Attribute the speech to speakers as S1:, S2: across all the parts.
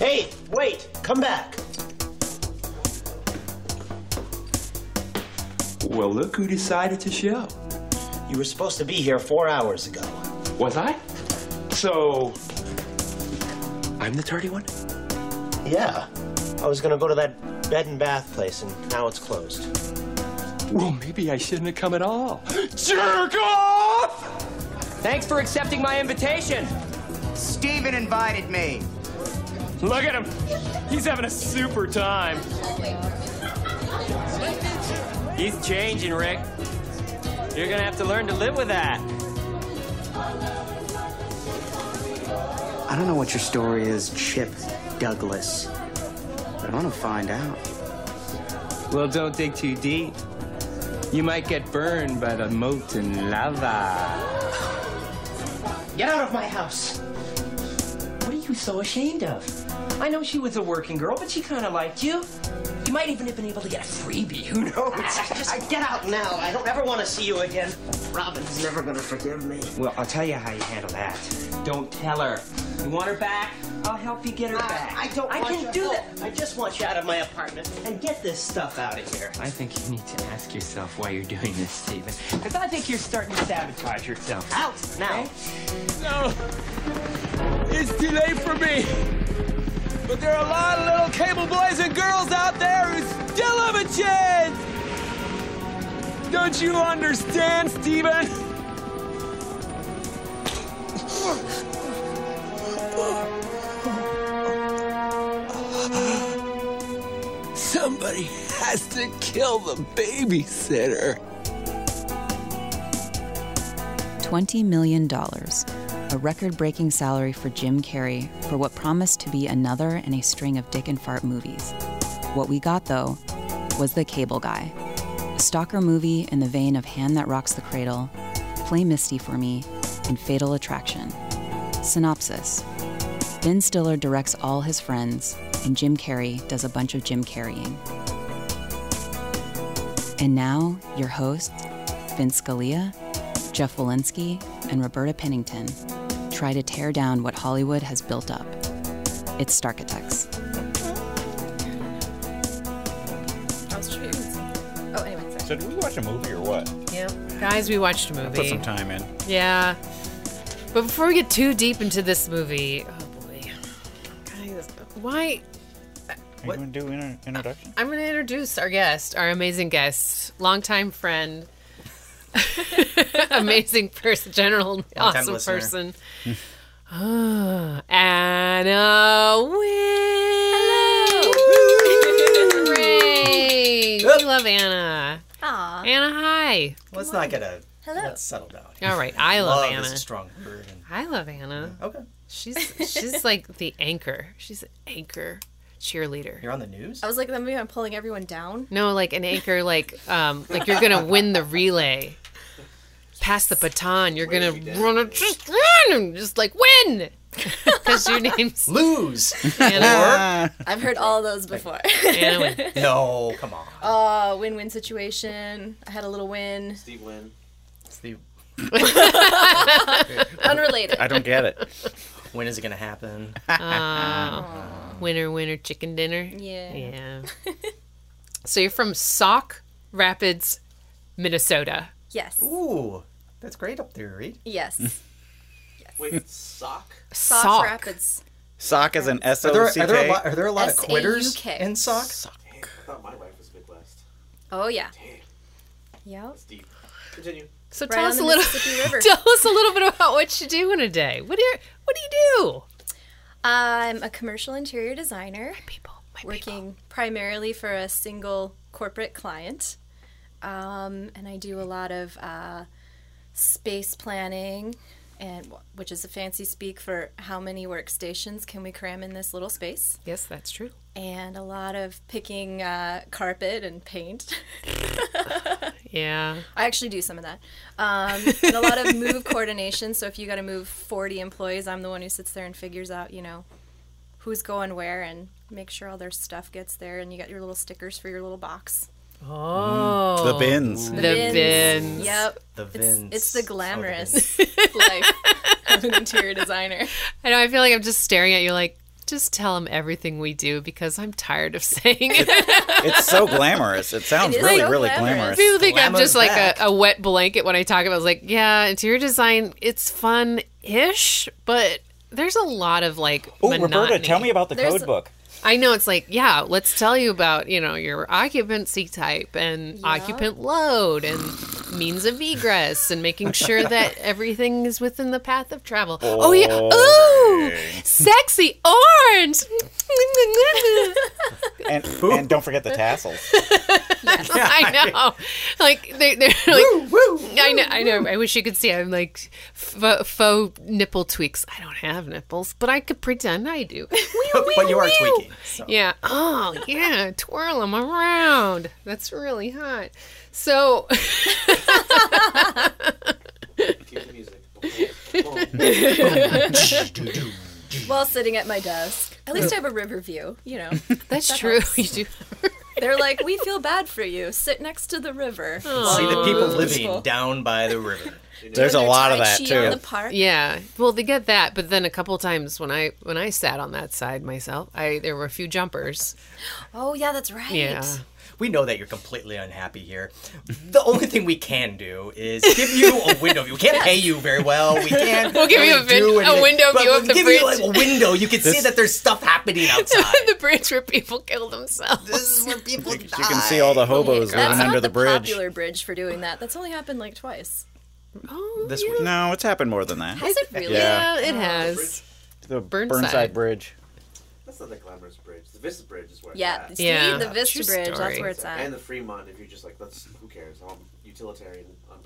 S1: Wait, come back.
S2: Well, look who decided to show.
S1: You were supposed to be here four hours ago.
S2: Was I? So, I'm the dirty one?
S1: Yeah. I was gonna go to that bed and bath place, and now it's closed.
S2: Well, maybe I shouldn't have come at all. Jerk off!
S3: Thanks for accepting my invitation.
S4: Steven invited me.
S3: Look at him. He's having a super time. He's changing, Rick. You're going to have to learn to live with that.
S4: I don't know what your story is, Chip Douglas, but I want to find out.
S3: Well, don't dig too deep. You might get burned by the molten lava.
S1: Get out of my house.
S3: What are you so ashamed of? I know she was a working girl, but she kind of liked you. You might even have been able to get a freebie. Who knows?
S1: Just get out now. I don't ever want to see you again. Robin's never gonna forgive me.
S3: Well, I'll tell you how you handle that. Don't tell her. You want her back? I'll help you get her back.
S1: I, I don't.
S3: I
S1: want
S3: can
S1: your
S3: do
S1: help.
S3: that.
S1: I just want you out of my apartment and get this stuff out of here.
S3: I think you need to ask yourself why you're doing this, Steven. Because I think you're starting to sabotage yourself.
S1: Out now.
S3: No! It's too late for me! But there are a lot of little cable boys and girls out there who still have a chance! Don't you understand, Steven? Somebody has to kill the babysitter.
S5: $20 million, a record breaking salary for Jim Carrey for what promised to be another in a string of dick and fart movies. What we got, though, was The Cable Guy, a stalker movie in the vein of Hand That Rocks the Cradle, Play Misty for Me, and Fatal Attraction. Synopsis Ben Stiller directs all his friends, and Jim Carrey does a bunch of Jim Carreying. And now, your hosts, Vince Scalia, Jeff Walensky, and Roberta Pennington try to tear down what Hollywood has built up. It's Starkitects.
S6: That was true. Oh, anyway. sorry.
S7: So did we watch a movie or what?
S6: Yeah. Guys, we watched a
S7: Put
S6: movie.
S7: some time in.
S6: Yeah. But before we get too deep into this movie, oh boy. Guys, why?
S7: Are you going to do an introduction?
S6: I'm going to introduce our guest, our amazing guest, longtime friend, amazing person, general,
S4: Longtime
S6: awesome
S4: listener.
S6: person, Ah, Anna Wynn. Hello. Hooray. We love Anna.
S8: Aw.
S6: Anna, hi.
S4: Let's not get a.
S8: Hello.
S4: Let's settle down.
S6: All right, I love,
S4: Love
S6: Anna.
S4: is a strong word. And,
S6: I love Anna.
S4: okay.
S6: She's she's like the anchor. She's an anchor cheerleader.
S4: You're on the news?
S8: I was like, that movie, I'm pulling everyone down.
S6: No, like an anchor, like um, like you're gonna win the relay. Pass the baton. You're gonna run it. Just run and just like win. Because your name's
S4: Lose!
S6: Anna.
S8: I've heard all those before.
S6: Anna Wynn.
S4: no, come on.
S8: uh, win-win situation. I had a little win.
S4: It's the-
S8: Unrelated.
S7: I don't get it.
S4: when is it going to happen?
S6: winner, winner, chicken dinner.
S8: Yeah.
S6: Yeah. So you're from Sauk Rapids, Minnesota.
S8: Yes.
S4: Ooh, that's great up there, right?
S8: Yes.
S6: Sauk.
S8: Soft Rapids.
S7: Sock is an S
S4: Are there,
S7: O
S4: are
S7: C
S4: there a
S7: K.
S4: lot, are there a lot of quitters
S8: S-A-U-K.
S4: in socks?
S8: Oh yeah. Yep.
S6: So
S8: Right
S6: tell
S8: on
S6: us
S8: the
S6: a little.
S8: Mississippi River.
S6: Tell us a little bit about what you do in a day. What do you, what do you do?
S8: I'm a commercial interior designer
S6: People, my people.
S8: working primarily for a single corporate client, um, and I do a lot of uh, space planning, and which is a fancy speak for how many workstations can we cram in this little space.
S6: Yes, that's true.
S8: and a lot of picking uh, carpet and paint.
S6: Yeah.
S8: I actually do some of that. Um, and a lot of move coordination. So if you got to move 40 employees, I'm the one who sits there and figures out, you know, who's going where and make sure all their stuff gets there. And you got your little stickers for your little box.
S6: Oh.
S7: The bins.
S6: The bins.
S8: Yep.
S4: The
S8: It's,
S4: Vins.
S8: it's the
S4: Oh,
S8: glamorous life of an interior designer.
S6: I know. I feel like I'm just staring at you like, Just tell him everything we do because I'm tired of saying it.
S7: It's so glamorous. It sounds
S8: is
S7: really,
S8: so
S7: really
S8: glamorous.
S7: glamorous.
S6: People think I'm
S1: Glamour's
S6: just like
S1: back.
S6: a, a wet blanket when I talk about. It. I was like, yeah, interior design. It's fun ish, but there's a lot of like.
S7: Oh,
S6: monotony.
S7: Roberta, tell me about the
S8: There's-
S7: code book.
S6: I know it's like, yeah, let's tell you about, you know, your occupancy type and occupant load and means of egress and making sure that everything is within the path of travel. Oh, yeah. Ooh, sexy orange.
S7: And, and don't forget the tassels.
S6: I know. Like they, they're like. I know. I know. I wish you could see. I'm like faux, faux nipple tweaks. I don't have nipples, but I could pretend I do.
S9: but you are tweaking. So.
S6: Yeah. Oh, yeah. Twirl them around. That's really hot. So.
S8: while sitting at my desk. At least I have a river view, you know.
S6: That's true. You do.
S8: They're like, we feel bad for you. Sit next to the river.
S6: Oh.
S9: See
S3: Oh.
S9: the people living
S8: Useful.
S9: down by the river.
S7: There's a
S8: They're
S7: lot of
S8: Tai
S7: that
S8: Chi
S7: too.
S8: On the park.
S6: Yeah. Well, they get that, but then a couple times when I when I sat on that side myself, I there were a few jumpers.
S8: Oh yeah, that's right.
S6: Yeah.
S9: We know that you're completely unhappy here. The only thing we can do is give you a window view. We can't pay you very well. We can't.
S6: We'll give you a
S9: really do
S6: vin- a
S9: anything,
S6: window
S9: but
S6: view
S9: we'll
S6: of the
S9: give you like,
S6: bridge.
S9: a window. You can see that there's stuff happening outside.
S6: the bridge where people kill themselves.
S9: this is where people die.
S7: You can see all the hobos
S8: That's
S7: living
S8: not
S7: under
S8: the
S7: the bridge.
S8: popular bridge for doing that. That's only happened like twice.
S9: This week.
S7: No, it's happened more than that.
S8: Is it really?
S7: Yeah.
S6: Oh, Yeah, it has.
S7: The
S6: Burnside.
S7: Bridge.
S10: That's not the glamorous bridge. The Vista Bridge is where
S8: Yeah.
S10: it's at.
S8: See,
S6: Yeah.
S8: the Vista
S6: True
S8: Bridge. That's
S6: story.
S8: where it's at.
S10: And the Fremont, if you're just like, that's who cares? I'm utilitarian. I'm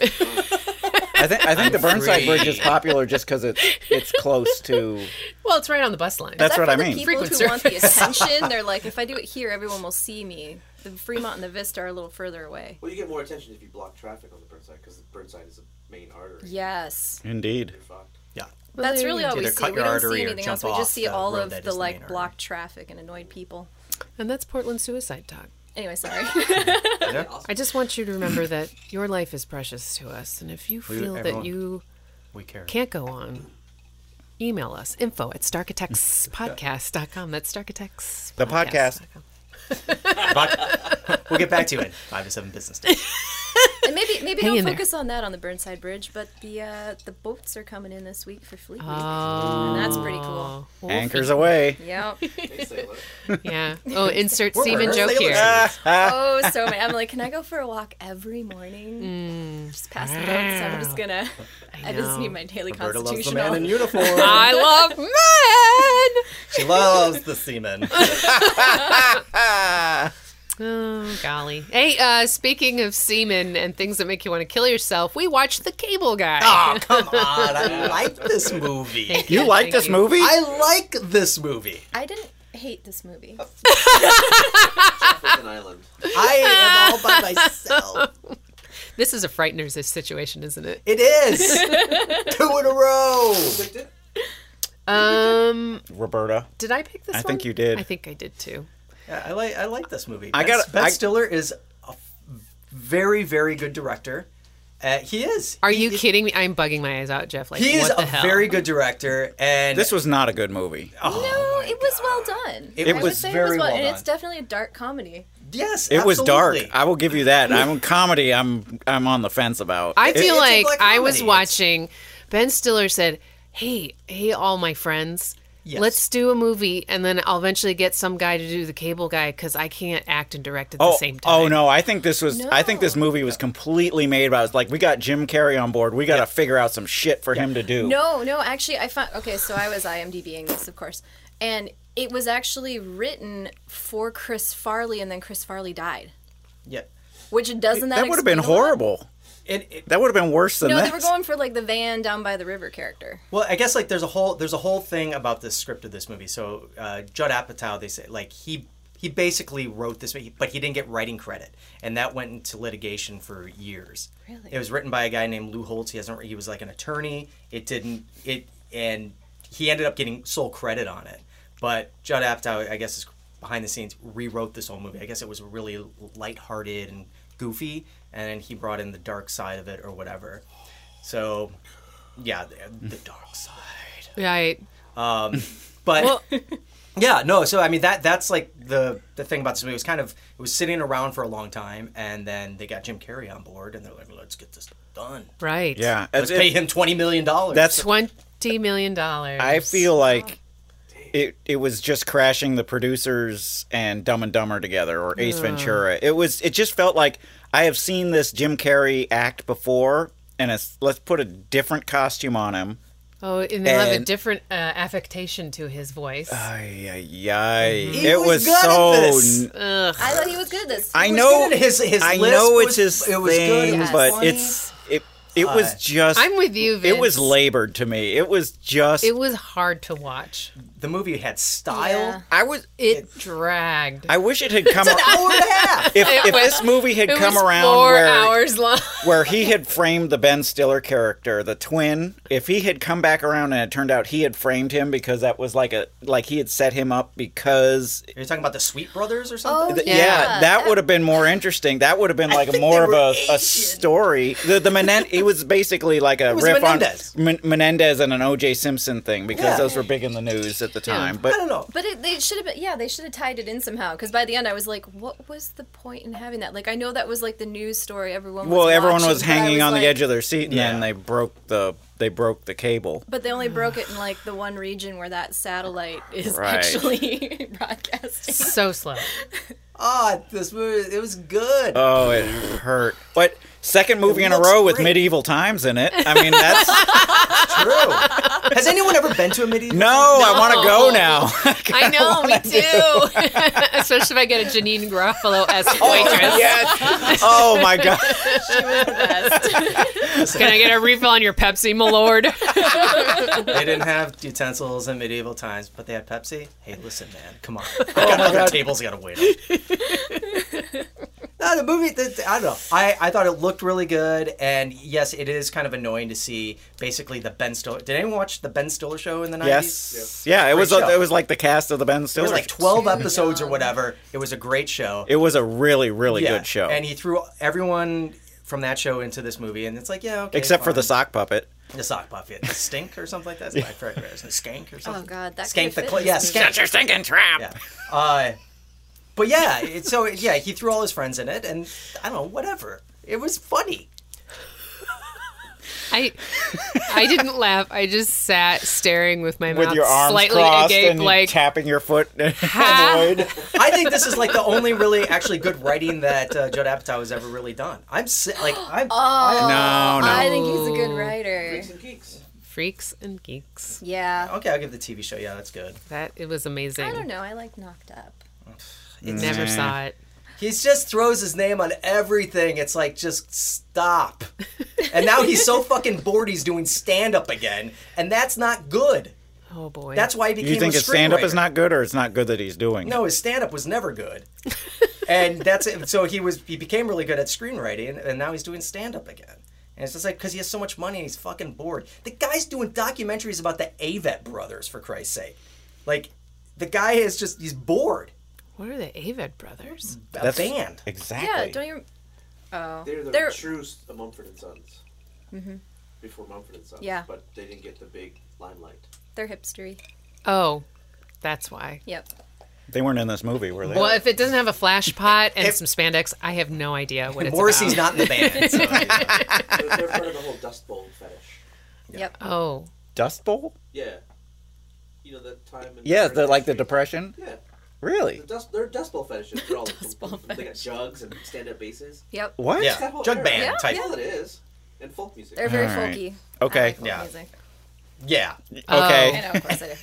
S7: I think I think the Burnside Bridge is popular just because it's it's close to.
S6: Well, it's right on the bus line.
S7: That's
S8: Is that
S7: what I
S8: for
S7: mean.
S8: The people who
S6: Frequent
S8: want the attention, they're like, if I do it here, everyone will see me. The Fremont and the Vista are a little further away.
S10: well, you get more attention if you block traffic on the Burnside because the Burnside is a main artery.
S8: Yes,
S7: Indeed.
S10: You're fucked.
S9: Yeah.
S8: that's really all we
S9: Either
S8: see.
S9: cut
S8: We
S9: your
S8: don't see
S9: artery or
S8: anything
S9: jump
S8: else. We
S9: off
S8: just see
S9: the
S8: all
S9: road
S8: of
S9: that is
S8: the
S9: the
S8: like
S9: main artery.
S8: blocked traffic and annoyed people.
S6: and that's Portland suicide talk.
S8: Anyway, sorry.
S6: I just want you to remember that your life is precious to us, and if you feel that
S9: everyone-
S6: you
S9: We care.
S6: can't go on, email us info at starkitectspodcast.com. That's starkitects.
S7: The podcast.
S9: But we'll get back to you in five to seven business days.
S8: and maybe maybe
S6: Hang
S8: don't
S6: in there.
S8: focus on that on the Burnside Bridge, but the uh, the boats are coming in this week for Fleet Week, and that's pretty
S6: Oh.
S8: cool.
S7: Anchors away.
S8: Yeah.
S6: Yeah. Oh, insert Steven joke here.
S8: Oh, so many. I'm like, can I go for a walk every morning?
S6: Hmm.
S8: Just past the
S6: Ah.
S8: boats. So I'm just gonna. I, just need my daily
S9: Roberta loves the
S8: constitutional.
S9: man in uniform.
S6: I love men.
S9: she loves the seaman.
S6: Oh, golly. Hey, uh, speaking of semen and things that make you want to kill yourself, we watched The Cable Guy.
S9: Oh, come on. I like this movie.
S7: You like
S6: Thank
S7: this
S6: you.
S7: movie?
S9: I like this movie.
S8: I didn't hate this movie.
S9: Oh,
S10: It's an island.
S9: I am all by myself.
S6: This is a frightener's situation, isn't it?
S9: It is. Two in a row.
S6: Um,
S7: Roberta.
S6: did I pick this
S7: I
S6: one?
S7: think you did.
S6: I think I did too.
S9: Yeah, I like I like this movie.
S7: I
S9: I
S7: gotta-
S9: got Ben
S7: I-
S9: Stiller is a f- very very good director. Uh, he is.
S6: Are you kidding me? I'm bugging my eyes out, Jeff. Like,
S9: He is
S6: what the
S9: a
S6: hell?
S9: very good director, and
S7: This was not a good movie.
S8: no, it was well done.
S9: oh It
S8: I
S9: was
S8: would say it
S9: very
S8: was well,
S9: well
S8: and
S9: done.
S8: it's definitely a dark comedy.
S9: yes,
S7: It was dark.
S9: absolutely.
S7: I will give you that. I'm comedy. I'm I'm on the fence about.
S6: I
S7: It-
S6: feel
S9: it's a
S6: like
S9: black
S6: I was
S9: comedy.
S6: watching. Ben Stiller said, "Hey, hey, all my friends."
S9: Yes.
S6: Let's do a movie, and then I'll eventually get some guy to do the cable guy because I can't act and direct at
S7: Oh,
S6: the same time.
S7: oh no! I think this was. I think this movie was completely made by. It's like we got Jim Carrey on board. We got to figure out some shit for him to do.
S8: No, no, actually, I found. Okay, so I was IMDbing this, of course, and it was actually written for Chris Farley, and then Chris Farley died.
S9: Yeah.
S8: Which doesn't that
S7: that would have been
S8: explain a lot?
S7: horrible.
S9: It, it,
S7: That would have been worse than
S8: No,
S7: that.
S8: they were going for like the van down by the river character.
S9: well, I guess like there's a whole there's a whole thing about this script of this movie. So uh, Judd Apatow, they say like he he basically wrote this, movie, but he didn't get writing credit, and that went into litigation for years. Really, it was written by a guy named Lou Holtz. He hasn't. He was like an attorney. It didn't. It and he ended up getting sole credit on it. But Judd Apatow, I guess, is behind the scenes rewrote this whole movie. I guess it was really lighthearted and goofy, and then he brought in the dark side of it or whatever. So, yeah, the, the dark side.
S6: Right.
S9: But yeah, no. So I mean that that's like the the thing about this movie. It was kind of it was sitting around for a long time, and then they got Jim Carrey on board, and they're like, let's get this done.
S6: Right.
S7: Yeah,
S9: Let's
S7: It's-
S9: pay him twenty million dollars.
S7: That's
S6: Twenty million dollars.
S7: I feel like it it was just crashing the producers and Dumb and Dumber together or Ace Ventura. It was it just felt like I have seen this Jim Carrey act before and it's, let's put a different costume on him.
S6: Oh, and they'll have a
S7: And- Uh,
S6: different uh, affectation to his voice.
S7: Ay, ay, ay.
S9: He
S7: It
S9: was
S7: was,
S9: good at
S7: so
S9: this.
S7: n-
S8: I thought he was good this.
S7: I
S8: he was
S7: know
S9: good at his- his
S7: I
S9: lisp
S7: know
S9: was-
S7: it's his
S9: it was good, it
S7: thing,
S8: was
S7: but
S8: funny.
S7: it's it it was just
S6: I'm with you, Vince.
S7: It was labored to me. It was just
S6: It was hard to watch.
S9: the movie had style.
S8: Yeah.
S7: I was
S6: It dragged.
S7: I wish it had come ar- If, if this movie had
S6: it
S7: come
S6: was
S7: around
S6: four
S7: where
S6: hours long.
S7: where he had framed the Ben Stiller character, the twin, if he had come back around and it turned out he had framed him because that was like a like he had set him up because
S9: You're talking about the Sweet Brothers or something?
S7: th-
S6: Yeah.
S7: yeah, that would have been more interesting. That would have been like a
S9: think
S7: more of
S9: they were
S7: a, a story. The the Menen- he was basically like a
S9: was
S7: riff
S9: Menendez.
S7: on Men- Menendez and an O.J. Simpson thing because
S9: Yeah.
S7: those were big in the news at the time. But
S9: I don't know.
S8: But it, they should have been, yeah, they should have tied it in somehow. Because by the end, I was like, what was the point in having that? Like, I know that was like the news story everyone. Was
S7: well, everyone
S8: watching,
S7: was
S8: but I
S7: hanging
S8: was
S7: on
S8: like-
S7: the edge of their seat, and
S9: Yeah.
S7: then they broke the they broke the cable.
S8: But they only broke it in like the one region where that satellite is
S7: Right.
S8: actually broadcasting.
S6: so slow.
S9: Ah, this movie, it was good.
S7: Oh, it hurt. But second movie in a
S9: looks
S7: row with
S9: great.
S7: medieval times in it. I mean, that's
S9: True. Has anyone ever been to a medieval?
S7: no. I want to go now.
S6: I know, me too. Oh, Especially if I get a Janine Garofalo esque waitress.
S7: yes. Oh my god.
S6: Can I get a refill on your Pepsi, my lord?
S9: They didn't have utensils in medieval times, but they had Pepsi. Hey, listen, man, come on. I got other tables I gotta wait on. no, the movie, the, the- I don't know. I, I thought it looked really good, and yes, it is kind of annoying to see basically the Ben Stiller. Did anyone watch the Ben Stiller show in the 90s?
S7: Yes. Yeah. It was.
S9: Great show.
S7: A, it was like the cast of the Ben
S9: It
S7: Stiller.
S9: was like
S7: show.
S9: 12 episodes or whatever. It was a great show.
S7: It was a really, really
S9: Yeah,
S7: good show.
S9: And he threw everyone from that show into this movie, and it's like, yeah, okay.
S7: Except for
S9: fine.
S7: the sock puppet.
S9: The sock puppet. The stink or something like that? That's my favorite. Skank or something.
S8: Oh, God, that
S9: Skank
S8: could've
S9: the
S8: fit
S9: cl-
S8: in
S9: Yeah,
S8: this
S9: skank.
S7: your stinking trap.
S9: Yeah. Uh, but yeah, it, so yeah, he threw all his friends in it, and I don't know, whatever. It was funny.
S6: I I didn't laugh. I just sat staring with my
S7: With
S6: mouth
S7: your arms
S6: slightly
S7: crossed
S6: agape,
S7: and
S6: like
S7: tapping your foot. in
S6: Ha!
S7: the void.
S9: I think this is like the only really actually good writing that uh, Judd Apatow has ever really done. I'm si- like I'm.
S7: No, no.
S8: I think he's a
S9: Oh.
S8: good writer.
S10: Some geeks.
S6: freaks and geeks.
S8: Yeah.
S9: Okay, I'll give the TV show. Yeah, that's good.
S6: That it was amazing.
S8: I don't know. I like Knocked Up.
S6: Never saw it.
S9: He just throws his name on everything. It's like just stop. And now he's so fucking bored. He's doing stand up again, and that's not good.
S6: Oh boy.
S9: That's why he became.
S7: You think
S9: a
S7: his stand up is
S9: screenwriter.
S7: not good, or it's not good that he's doing? it?
S9: No, his stand up was never good. and that's it. So he was he became really good at screenwriting, and, and now he's doing stand up again. And it's just like because he has so much money and he's fucking bored. The guy's doing documentaries about the Avett brothers for Christ's sake. Like the guy is just he's bored.
S6: what are the Aved brothers?
S9: A
S7: That's
S9: band.
S7: Exactly.
S8: Yeah, don't you? oh.
S10: They're the
S8: They're-
S10: true s- Mumford and Sons. Mm-hmm. Before Mumford and Sons.
S8: Yeah.
S10: But they didn't get the big limelight.
S8: They're hipstery.
S6: Oh, that's why.
S8: Yep.
S7: They weren't in this movie, were they?
S6: Well, if it doesn't have a flash pot and some spandex, I have no idea what it's
S9: Morrissey's not
S6: about.
S9: in the band. so,
S10: They're, they're part of the whole Dust Bowl fetish.
S8: Yep.
S6: Oh,
S7: Dust Bowl?
S10: Yeah. You know that time. In
S7: Yeah, the, like the Depression.
S10: Yeah.
S7: Really?
S10: The dust, they're Dust Bowl fetishes. They're all They got jugs and stand up basses.
S8: Yep.
S7: What?
S9: yeah, jug band
S8: Yeah,
S9: type.
S10: That's all it is. And folk music.
S8: They're very
S7: All right.
S8: folky. I
S7: Okay.
S8: like folk
S9: yeah.
S8: music.
S9: Yeah.
S7: Okay.
S8: I know, of course I do.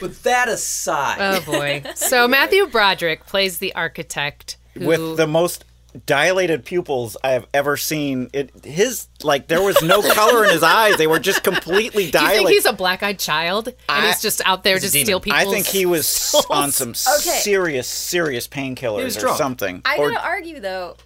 S9: But that aside,
S6: oh boy. So Matthew Broderick plays the architect. Who,
S7: With the most dilated pupils I have ever seen. It his like there was no color in his eyes. They were just completely
S6: Do you
S7: dilated.
S6: think he's a black-eyed child and
S7: I-
S6: he's just out there to
S9: a demon.
S6: steal people?
S7: I think he was on some serious, serious
S9: was
S7: painkillers or
S9: drunk.
S7: something.
S8: I
S7: or
S8: gotta argue though.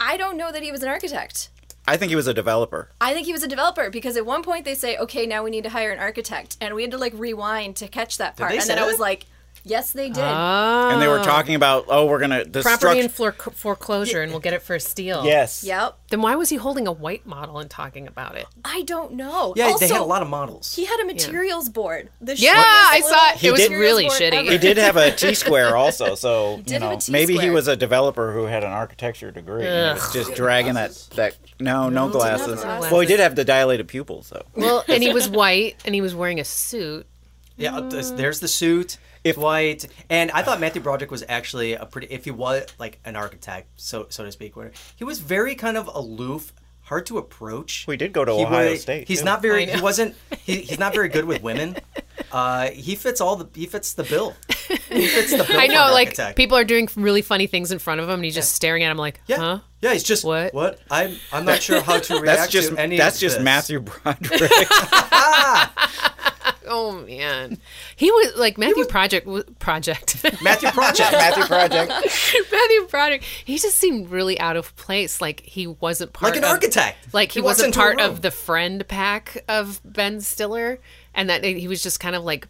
S8: I don't know that he was an architect.
S7: I think he was a developer.
S8: I think he was a developer because at one point they say, "Okay, now we need to hire an architect," and we had to like rewind to catch that part.
S9: they
S8: And
S9: say
S8: then I
S9: that?
S8: was like, Yes, they did.
S6: Ah.
S7: and they were talking about, oh, we're gonna the
S6: Property
S7: struct-
S6: in floor- foreclosure, and we'll get it for a steal.
S7: Yes.
S8: yep.
S6: Then why was he holding a white model and talking about it?
S8: I don't know.
S9: Yeah,
S8: also,
S9: they had a lot of models.
S8: He had a materials board. The
S6: Yeah,
S8: shittiest
S6: I
S8: little
S6: saw it. It was
S8: materials
S6: really
S8: board
S6: shitty.
S8: ever.
S7: He did have a T square also, so
S8: did
S7: you
S8: have a
S7: know maybe he
S8: T-square.
S7: was a developer who had an architecture degree. And was just dragging that that no no, glasses.
S6: glasses.
S7: Well, he did have the dilated pupils though.
S6: Well, and he was white, and he was wearing a suit.
S9: Yeah, uh, there's- there's the suit. It's white, and I thought Matthew Broderick was actually a pretty, if he was like an architect, so so to speak, whatever. He was very kind of aloof, hard to approach.
S7: We did go to
S9: He
S7: Ohio
S9: wa-
S7: State,
S9: He's
S7: too.
S9: not very. He wasn't. He, he's not very good with women. Uh, he fits all the. He fits the bill. He fits the bill.
S6: I
S9: for
S6: know,
S9: an
S6: like
S9: architect.
S6: people are doing really funny things in front of him, and he's just staring at him like,
S9: Yeah,
S6: huh?
S9: yeah. He's just what?
S6: What?
S9: What? I'm I'm not sure how to react
S7: That's just
S9: to any. of
S7: that's just
S9: this.
S7: Matthew Broderick.
S6: Oh man, he was like Matthew Project Project
S9: Matthew Project.
S7: Matthew Project.
S6: Matthew Project. He just seemed really out of place. Like he wasn't part
S9: Like an
S6: of-
S9: architect.
S6: Like he,
S9: He walks
S6: wasn't
S9: into a
S6: part
S9: room.
S6: of the friend pack of Ben Stiller, and that he was just kind of like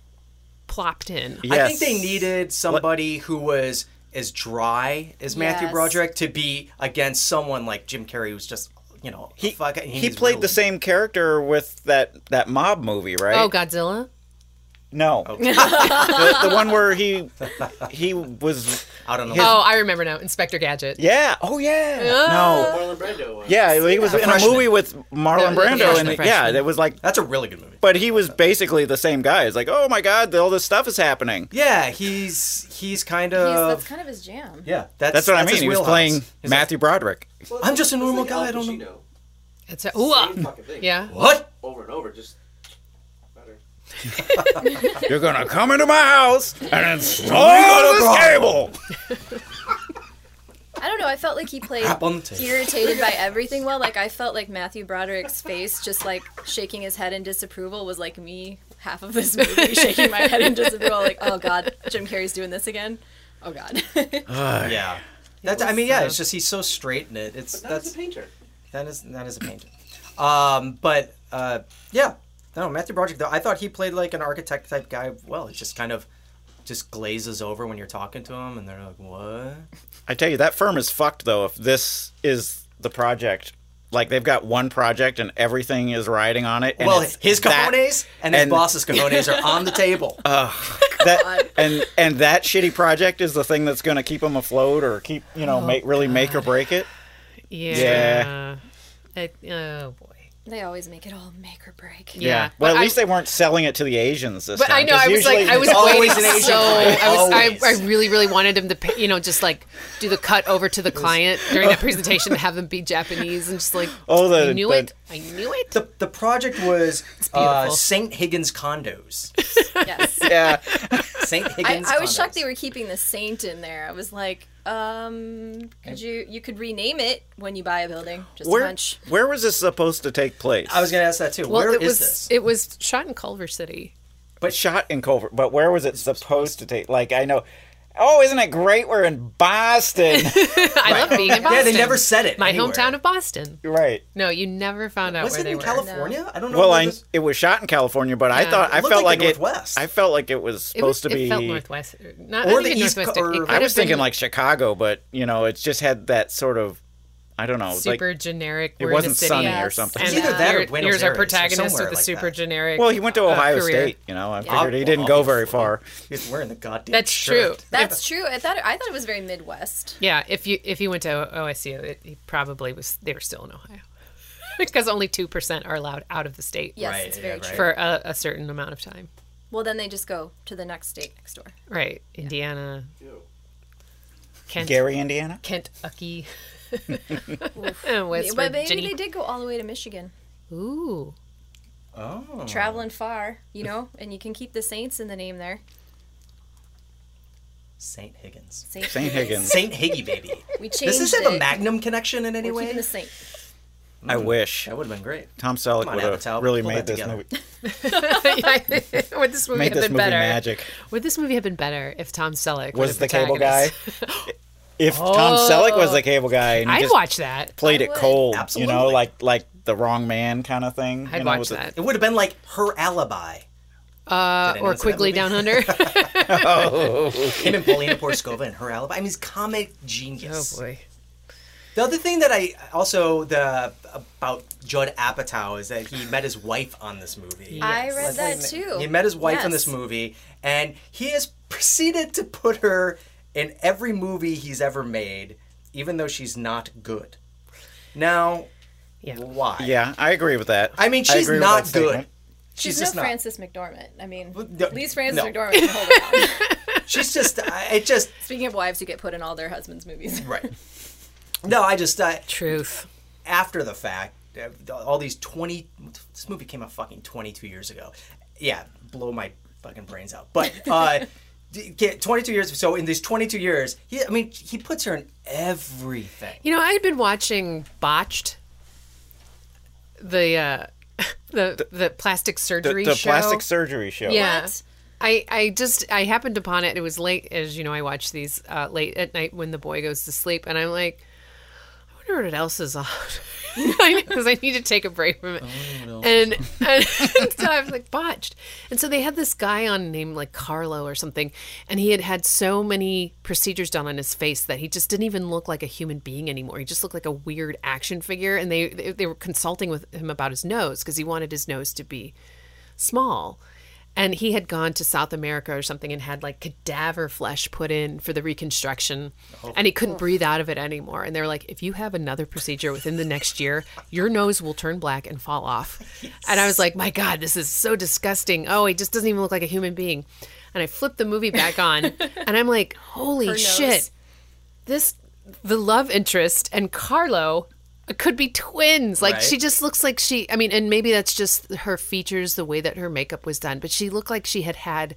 S6: plopped in.
S7: Yes.
S9: I think they needed somebody who was as dry as Matthew
S8: Yes.
S9: Broderick to be against someone like Jim Carrey, who's just you know
S7: He,
S9: fuck,
S7: he played the same character with that that mob movie, right?
S6: Oh Godzilla.
S7: No,
S9: Oh.
S7: the, the one where he he was.
S9: I don't know.
S6: Oh, I remember now. Inspector Gadget.
S7: Yeah. Oh yeah.
S10: Marlon
S7: No.
S10: Brando was.
S7: Yeah, he was in a
S9: freshman.
S7: movie with Marlon
S6: The- the
S7: Brando,
S6: freshman,
S7: and yeah,
S6: freshman.
S7: it was like.
S9: That's a really good movie.
S7: But he was basically the same guy. It's like, oh my god, all this stuff is happening.
S9: yeah, he's he's kind
S8: He's-
S9: of
S8: that's kind of his jam.
S9: uh, yeah. That's,
S7: That's what I mean.
S9: his
S7: He was
S9: wheelhouse.
S7: playing
S9: He's
S7: Matthew Broderick.
S10: Well,
S9: I'm just a
S10: it's
S9: normal
S10: like
S9: guy,
S10: Al
S9: I don't know.
S10: Pacino.
S6: It's a ooh, ah.
S10: Same fucking thing.
S6: yeah.
S9: Like, what?
S10: Over and over, just better.
S7: You're gonna come into my house and install
S9: got a
S7: this cable.
S8: I don't know. I felt like he played
S9: Crap on the table.
S8: irritated by everything. Well, like I felt like Matthew Broderick's face, just like shaking his head in disapproval, was like me half of this movie shaking my head in disapproval. Like, oh god, Jim Carrey's doing this again. Oh god.
S9: Yeah. That's, I mean, yeah, it's just he's so straight in it. It's
S10: That was
S9: that's
S10: a painter.
S9: That is that is a painting. Um, but uh, yeah, no, Matthew Broderick. Though I thought he played like an architect type guy. Well, it just kind of just glazes over when you're talking to him, and they're like, "What?"
S7: I tell you, that firm is fucked though. If this is the project, like they've got one project and everything is riding on it. And
S9: well,
S7: it's
S9: his
S7: that-
S9: cojones and Uh, his
S7: and-
S9: boss's cojones are on the table.
S7: that and and that shitty project is the thing that's going to keep them afloat or keep you know
S6: Oh,
S7: make really make or break it.
S6: Yeah. It- oh boy.
S8: they always make it all make or break.
S6: Yeah. But
S7: Well, at
S6: I-
S7: least they weren't selling it to the Asians this
S6: But
S7: time.
S6: I know
S7: 'cause
S6: I was
S7: usually
S6: like I was
S7: it's-
S9: always
S6: waiting
S9: an Asian
S6: so
S9: client.
S6: I was I,
S9: Always.
S6: I really really wanted him to pa- you know just like do the cut over to the client during
S9: Oh.
S6: that presentation to have them be Japanese and just like
S7: Oh, the-
S6: I knew
S7: the-
S6: it I knew it
S9: The, the project was uh,
S6: beautiful.
S9: St. Higgins condos.
S8: Yes.
S7: yeah.
S9: St.
S8: I,
S9: Higgins.
S8: I was
S9: condos.
S8: shocked they were keeping the saint in there. I was like, um, could you you could rename it when you buy a building? Just a
S7: Where
S8: hunch.
S7: where was this supposed to take place?
S9: I was gonna ask that too.
S6: well
S9: Where
S6: it
S9: is
S6: was
S9: this?
S6: it was shot in Culver City
S7: but shot in Culver. But where was it supposed to take? Like I know. Oh, isn't it great? We're in Boston,
S6: I love being in Boston
S9: yeah, they never said it.
S6: my
S9: anywhere.
S6: hometown of Boston
S7: right?
S6: no you never found out
S9: Was
S6: where
S9: it
S6: they
S9: in
S6: were
S9: California? I don't know.
S7: Well,
S9: where
S7: I
S9: this-
S7: it was shot in California, but I thought I
S9: looked
S7: felt
S9: like
S7: like,
S9: the
S7: it.
S9: Northwest.
S7: I felt like it was
S6: It was-
S7: supposed to
S6: it
S7: be
S6: felt northwest er, not,
S9: Or
S6: not
S9: the
S6: even
S9: East
S6: northwest
S9: Co-
S6: it
S9: or-
S6: could
S7: I
S6: have
S7: was thinking
S6: been
S7: like Chicago, but you know, it's just had that sort of I don't know, like
S6: super generic
S7: it
S6: we're in a
S7: wasn't
S6: city,
S7: sunny or
S8: Yes.
S7: something.
S6: and
S9: It's either that or
S6: here-
S9: Buenos
S6: here's our
S9: Aires or
S6: protagonist with
S9: somewhere
S6: the
S9: like
S6: super
S9: that.
S6: generic uh,
S7: Well, he went to Ohio
S6: career.
S7: State. You know, I figured he
S9: Ob-
S7: didn't go very far.
S9: We're in the goddamn.
S6: that's
S9: shirt.
S6: true
S8: That's true. I thought I thought it was very Midwest.
S6: Yeah, if you if you went to O- OSU, it, he probably was. They were still in Ohio because only two percent are allowed out of the state
S8: Yes,
S9: Right,
S8: it's
S9: yeah,
S8: very
S9: right.
S8: true.
S6: for a, a certain amount of time.
S8: Well, then they just go to the next state next door.
S6: Right, Indiana, Kent,
S7: Gary, Indiana.
S6: Kentucky, West
S8: but maybe
S6: Virginia.
S8: they did go all the way to Michigan.
S6: Ooh,
S9: Oh.
S8: Traveling far, you know, and you can keep the Saints in the name there.
S9: Saint Higgins.
S8: Saint.
S7: St. Higgins.
S9: Saint Higgy baby.
S8: We
S9: Does
S8: changed
S9: this have a
S8: it.
S9: Magnum connection in any
S8: We're keeping
S9: way?
S8: the Saint.
S7: I wish
S9: That would have been great.
S7: Tom Selleck
S9: Come on,
S7: would have
S9: Apatow,
S7: really
S9: pull that
S7: made this
S9: together.
S7: movie
S6: would this movie
S7: made
S6: have
S7: this
S6: been
S7: movie
S6: better?
S7: magic.
S6: Would this movie have been better if Tom Selleck
S7: Was
S6: were
S7: the cable guy?
S6: protagonist?
S7: If Tom Selleck was the cable guy and he
S6: I'd
S7: just
S6: watch that.
S7: played
S8: I
S7: it
S8: would.
S7: cold,
S9: Absolutely.
S7: you know, like like the wrong man kind of thing.
S6: I'd
S7: you know,
S6: watch
S7: with the-
S6: that.
S9: It would have been like her alibi. Did
S6: Uh,
S9: anyone
S6: or
S9: see that
S6: Quigley
S9: movie?
S6: Down Under.
S9: Him and Polina Porskova and her alibi. I mean, he's comic genius.
S6: Oh, boy.
S9: The other thing that I also the about Judd Apatow is that he met his wife on this movie.
S8: I read that too.
S9: He met his wife in this
S8: Oh, Yes.
S9: movie, and he has proceeded to put her in every movie he's ever made, even though she's not good. Now, why?
S7: Yeah, I agree with that.
S9: I mean,
S7: I
S9: she's
S7: agree with
S9: not
S7: that
S9: good.
S7: statement.
S8: She's,
S9: just
S8: no
S9: not.
S8: Francis McDormand. I mean,
S9: no,
S8: at least Francis
S9: no.
S8: McDormand can hold it down.
S9: She's just. I- It just.
S8: Speaking of wives who get put in all their husbands' movies.
S9: Right. No, I just. Uh,
S6: Truth.
S9: after the fact, uh, all these 20. This movie came out fucking 22 years ago. Yeah, blow my fucking brains out. But uh, d- get 22 years. So in these 22 years, he, I mean, he puts her in everything.
S6: You know, I had been watching Botched, the uh, the, the plastic
S7: The,
S6: surgery
S7: the
S6: show.
S7: plastic surgery show.
S6: Yeah.
S8: What?
S6: I, I just I happened upon it. It was late, as you know. I watch these uh, late at night when the boy goes to sleep, and I'm like, I wonder what else is on because I need to take a break from it. And, and so I was like botched. And so they had this guy on named like Carlo or something, and he had had so many procedures done on his face that he just didn't even look like a human being anymore. He just looked like a weird action figure. And they they, they were consulting with him about his nose because he wanted his nose to be small. And he had gone to South America or something and had like cadaver flesh put in for the reconstruction. And he couldn't breathe out of it anymore. And they were like, if you have another procedure within the next year, your nose will turn black and fall off. And I was like, my God, this is so disgusting. Oh, he just doesn't even look like a human being. And I flipped the movie back on and I'm like, holy
S8: nose.
S6: shit. This, the love interest and Carlo could be twins. Like
S9: Right.
S6: she just looks like she. I mean, and maybe that's just her features, the way that her makeup was done. But she looked like she had had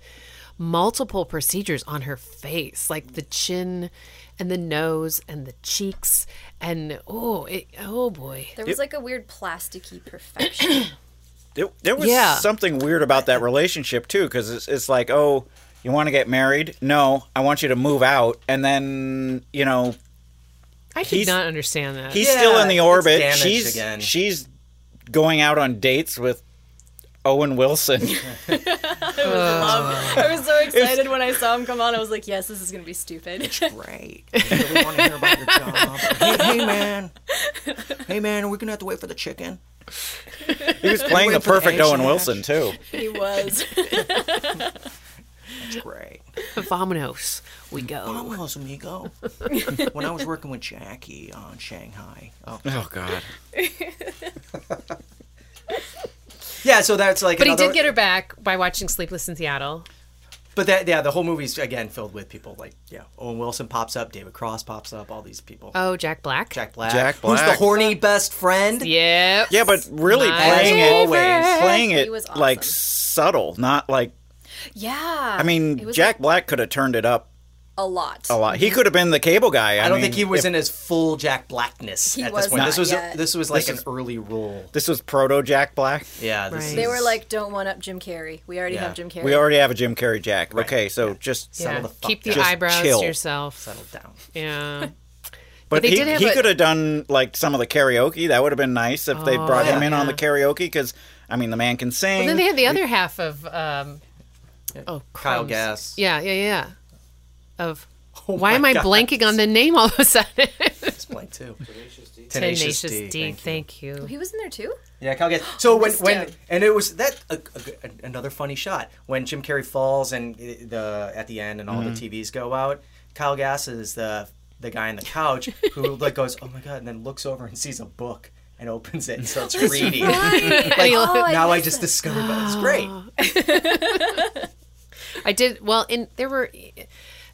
S6: multiple procedures on her face, like the chin, and the nose, and the cheeks, and oh, it, oh boy.
S8: There was like a weird plasticky perfection.
S7: There, there was
S6: Yeah.
S7: something weird about that relationship too, because it's, it's like, oh, you want to get married? No, I want you to move out, and then you know
S6: I did
S7: He's-
S6: not understand that.
S7: he's still in the
S9: it's
S7: orbit.
S9: damaged
S7: She's
S9: again.
S7: she's going out on dates with Owen Wilson.
S8: I was so excited when I saw him come on. I was like, yes, this is going to be stupid.
S9: Great. really want to hear about your job. Hey, hey, man. Hey, man, are we going to have to wait for the chicken?
S7: he was playing the
S9: for the
S7: perfect
S9: action.
S7: Owen Wilson too.
S8: he was.
S9: It's great.
S6: Vominos, we go.
S9: Vamos, amigo. when I was working with Jackie on Shanghai. Oh.
S7: Oh God.
S9: Yeah, so that's like.
S6: But he
S9: another,
S6: did get her back by watching Sleepless in Seattle.
S9: But that, yeah, the whole movie's again filled with people like yeah, Owen Wilson pops up, David Cross pops up, all these people.
S6: Oh, Jack Black.
S9: Jack Black.
S7: Jack
S9: Who's the
S7: Black.
S9: horny best friend?
S6: Yep.
S7: Yeah, but really
S6: My
S7: playing
S9: As
S7: it,
S9: always.
S7: playing
S8: He
S7: it
S8: was
S7: like
S8: awesome.
S7: subtle, not like.
S8: Yeah.
S7: I
S8: It
S7: mean,
S8: was
S7: Jack Oh, Black could have turned it up
S8: a lot.
S7: a lot. He could have been the cable guy. I,
S9: I don't
S7: mean,
S9: think he was
S7: if
S9: in his full Jack Blackness
S8: He
S9: at
S8: was
S9: this point.
S8: not
S9: this was
S8: yet.
S9: this was like an early rule.
S7: This was proto Jack Black.
S9: Yeah, this
S6: Right.
S9: is
S8: They were like, don't one up Jim Carrey. We already
S9: Yeah.
S8: have Jim Carrey.
S7: We already have a Jim Carrey Jack. Okay, so just
S6: Yeah.
S9: Settle the fuck
S6: Keep the
S7: down.
S6: eyebrows
S7: Chill.
S6: to yourself.
S9: settled down.
S6: Yeah.
S7: But
S6: they
S7: he,
S6: did have
S7: he
S6: a-
S7: could have done like some of the karaoke. That would have been nice if they brought him in on the karaoke because I mean the man can sing.
S6: And then they had the other half of um, oh
S9: Kyle
S6: crumbs.
S9: Gass.
S6: Yeah, yeah, yeah. Of
S9: Oh
S6: why
S9: my
S6: am I
S9: God.
S6: blanking on the name all of a sudden?
S9: It's blank too. Tenacious,
S6: D.
S9: thank you.
S6: Thank you.
S8: he was in there too?
S9: Yeah, Cal gets. So when
S8: Missed
S9: when
S8: him.
S9: and it was that a, a- a- another funny shot when Jim Carrey falls and eh, the at the end and all the TVs go out. Kyle Gass is the the guy on the couch who like goes oh my god and then looks over and sees a book and opens it and starts reading. Like, now I just discovered that it's great.
S6: I did well. In there were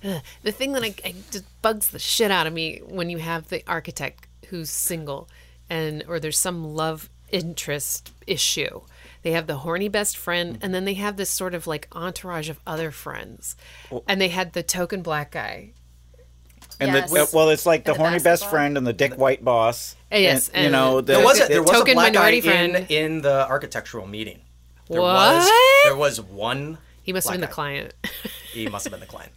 S6: uh, the thing that I, I just bugs the shit out of me when you have the architect who's single, and or there's some love interest issue. They have the horny best friend, and then they have this sort of like entourage of other friends, and they had the token black guy.
S7: and
S8: Yes.
S7: the, uh, well, it's like the,
S8: the
S7: horny best
S8: basketball.
S7: friend and the dick white boss.
S6: Yes,
S7: you
S6: and-
S7: know the,
S9: There was a, there was
S6: Token
S9: a black
S6: minority
S9: guy
S6: friend.
S9: in, in the architectural meeting. There was
S6: What?
S9: there was one.
S6: He must
S9: Black
S6: have been the
S9: guy.
S6: client.
S9: He must have been the client.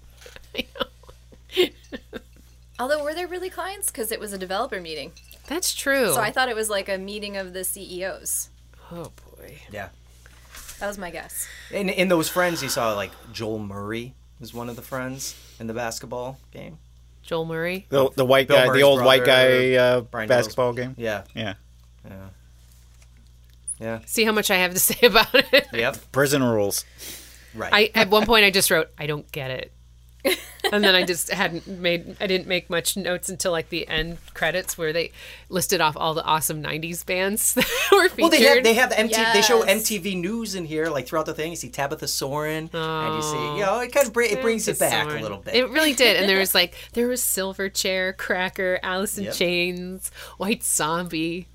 S8: Although, were there really clients? Because it was a developer meeting.
S6: That's true.
S8: So I thought it was like a meeting of the CEOs.
S6: oh boy.
S9: Yeah.
S8: E That was my guess.
S9: In in those friends, you saw like Joel Murray was one of the friends in the basketball game.
S6: Joel Murray.
S7: The, the white
S9: Bill
S7: guy,
S9: Murray's
S7: the old white
S9: brother,
S7: guy uh,
S9: Brian
S7: basketball
S9: Dill's-
S7: game.
S9: Yeah,
S7: Yeah.
S9: yeah, yeah.
S6: See how much I have to say about it.
S9: Yep.
S7: Prison rules.
S9: Right.
S6: I at one point I just wrote, I don't get it. and then I just hadn't made I didn't make much notes until like the end credits where they listed off all the awesome 90s bands that were featured.
S9: well, they have they have the MTV. They show
S8: Yes.
S9: MTV News in here, like throughout the thing. You see Tabitha Soren, and you see, you know, it kind of br- it brings it back a
S6: Sorry.
S9: little bit.
S6: Oh, It really did. And there was like there was Silverchair, Cracker, Alice in
S9: Yep.
S6: Chains, White Zombie.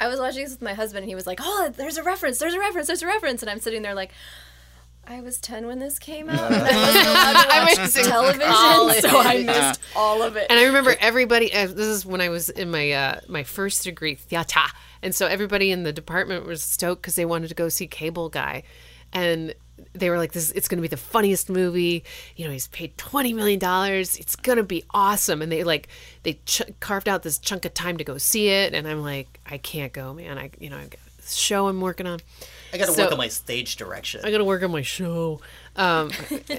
S8: I was watching this with my husband, and he was like, "Oh, there's a reference. There's a reference. There's a reference." And I'm sitting there like, "I was ten when this came out. and I wasn't allowed to
S6: I
S8: watch
S6: was in
S8: television,
S6: college.
S8: so I missed all of it."
S6: And I remember everybody. Uh, this is when I was in my uh, my first degree theater, and so everybody in the department was stoked because they wanted to go see Cable Guy, and they were like, "This it's going to be the funniest movie. You know, he's paid twenty million dollars. It's going to be awesome." And they like they ch- carved out this chunk of time to go see it, and I'm like, "I can't go, man. I you know I've got this show I'm working on."
S9: I got to
S6: so-
S9: work on my stage direction.
S6: I gotta work on my show. Um,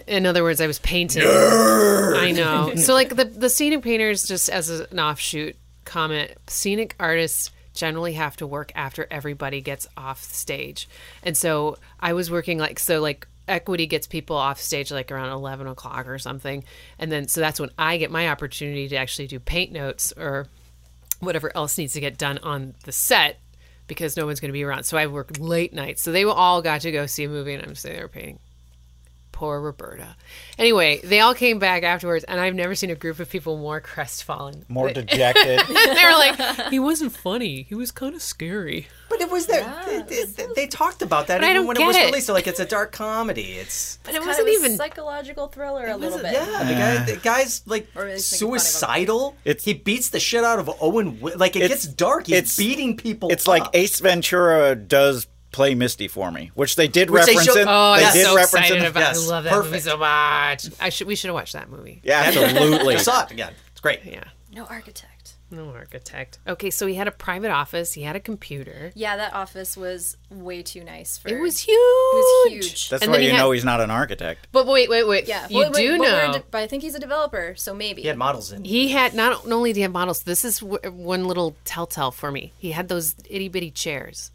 S6: in other words, I was painting. I know. So like the the scenic painters, just as a- an offshoot comment, scenic artists generally have to work after everybody gets off stage, and so I was working like so like equity gets people off stage like around 11 o'clock or something and then so that's when i get my opportunity to actually do paint notes or whatever else needs to get done on the set because no one's going to be around. So I worked late nights. So they all got to go see a movie, and I'm sitting there painting. Poor Roberta. Anyway, they all came back afterwards, and I've never seen a group of people more crestfallen.
S7: More dejected.
S6: They were like, "He wasn't funny. He was kind of scary."
S9: But it was there. They, they, they talked about that
S6: But I
S9: even
S6: don't
S9: when it
S6: get
S9: was
S6: it.
S9: released. So like, it's a dark comedy. It's
S6: But it
S8: Kind
S6: wasn't
S8: of a
S6: even.
S8: psychological thriller a little bit.
S9: yeah. The guy, the guy's like
S8: Or is it making fun of him?
S9: suicidal.
S7: It's-
S9: he beats the shit out of Owen. Wi- Like it
S7: It's-
S9: gets dark. He's
S7: it's-
S9: beating people.
S7: It's like
S9: up.
S7: Ace Ventura does play Misty for me, which they did
S9: Which they
S7: reference
S9: showed-
S7: in.
S6: oh,
S7: they
S6: I'm
S7: did
S6: so
S7: reference
S6: excited
S7: in.
S6: about.
S9: Yes,
S6: I love that movie
S9: perfect.
S6: so much. I should. We should have watched that movie.
S7: yeah, absolutely.
S9: I saw it again. It's great.
S6: Yeah.
S8: No architect.
S6: No architect. Okay, so he had a private office. He had a computer.
S8: Yeah, that office was way too nice for.
S6: It was huge.
S8: It was huge.
S7: That's
S6: And
S7: why
S6: then he
S7: you
S6: had-
S7: know he's not an architect.
S6: But wait, wait, wait.
S8: yeah,
S6: you
S8: Well, wait,
S6: do
S8: but we're
S6: know.
S8: de- but I think he's a developer, so maybe.
S9: He had models in.
S6: He had not only did he have models. This is w- one little telltale for me. He had those itty bitty chairs.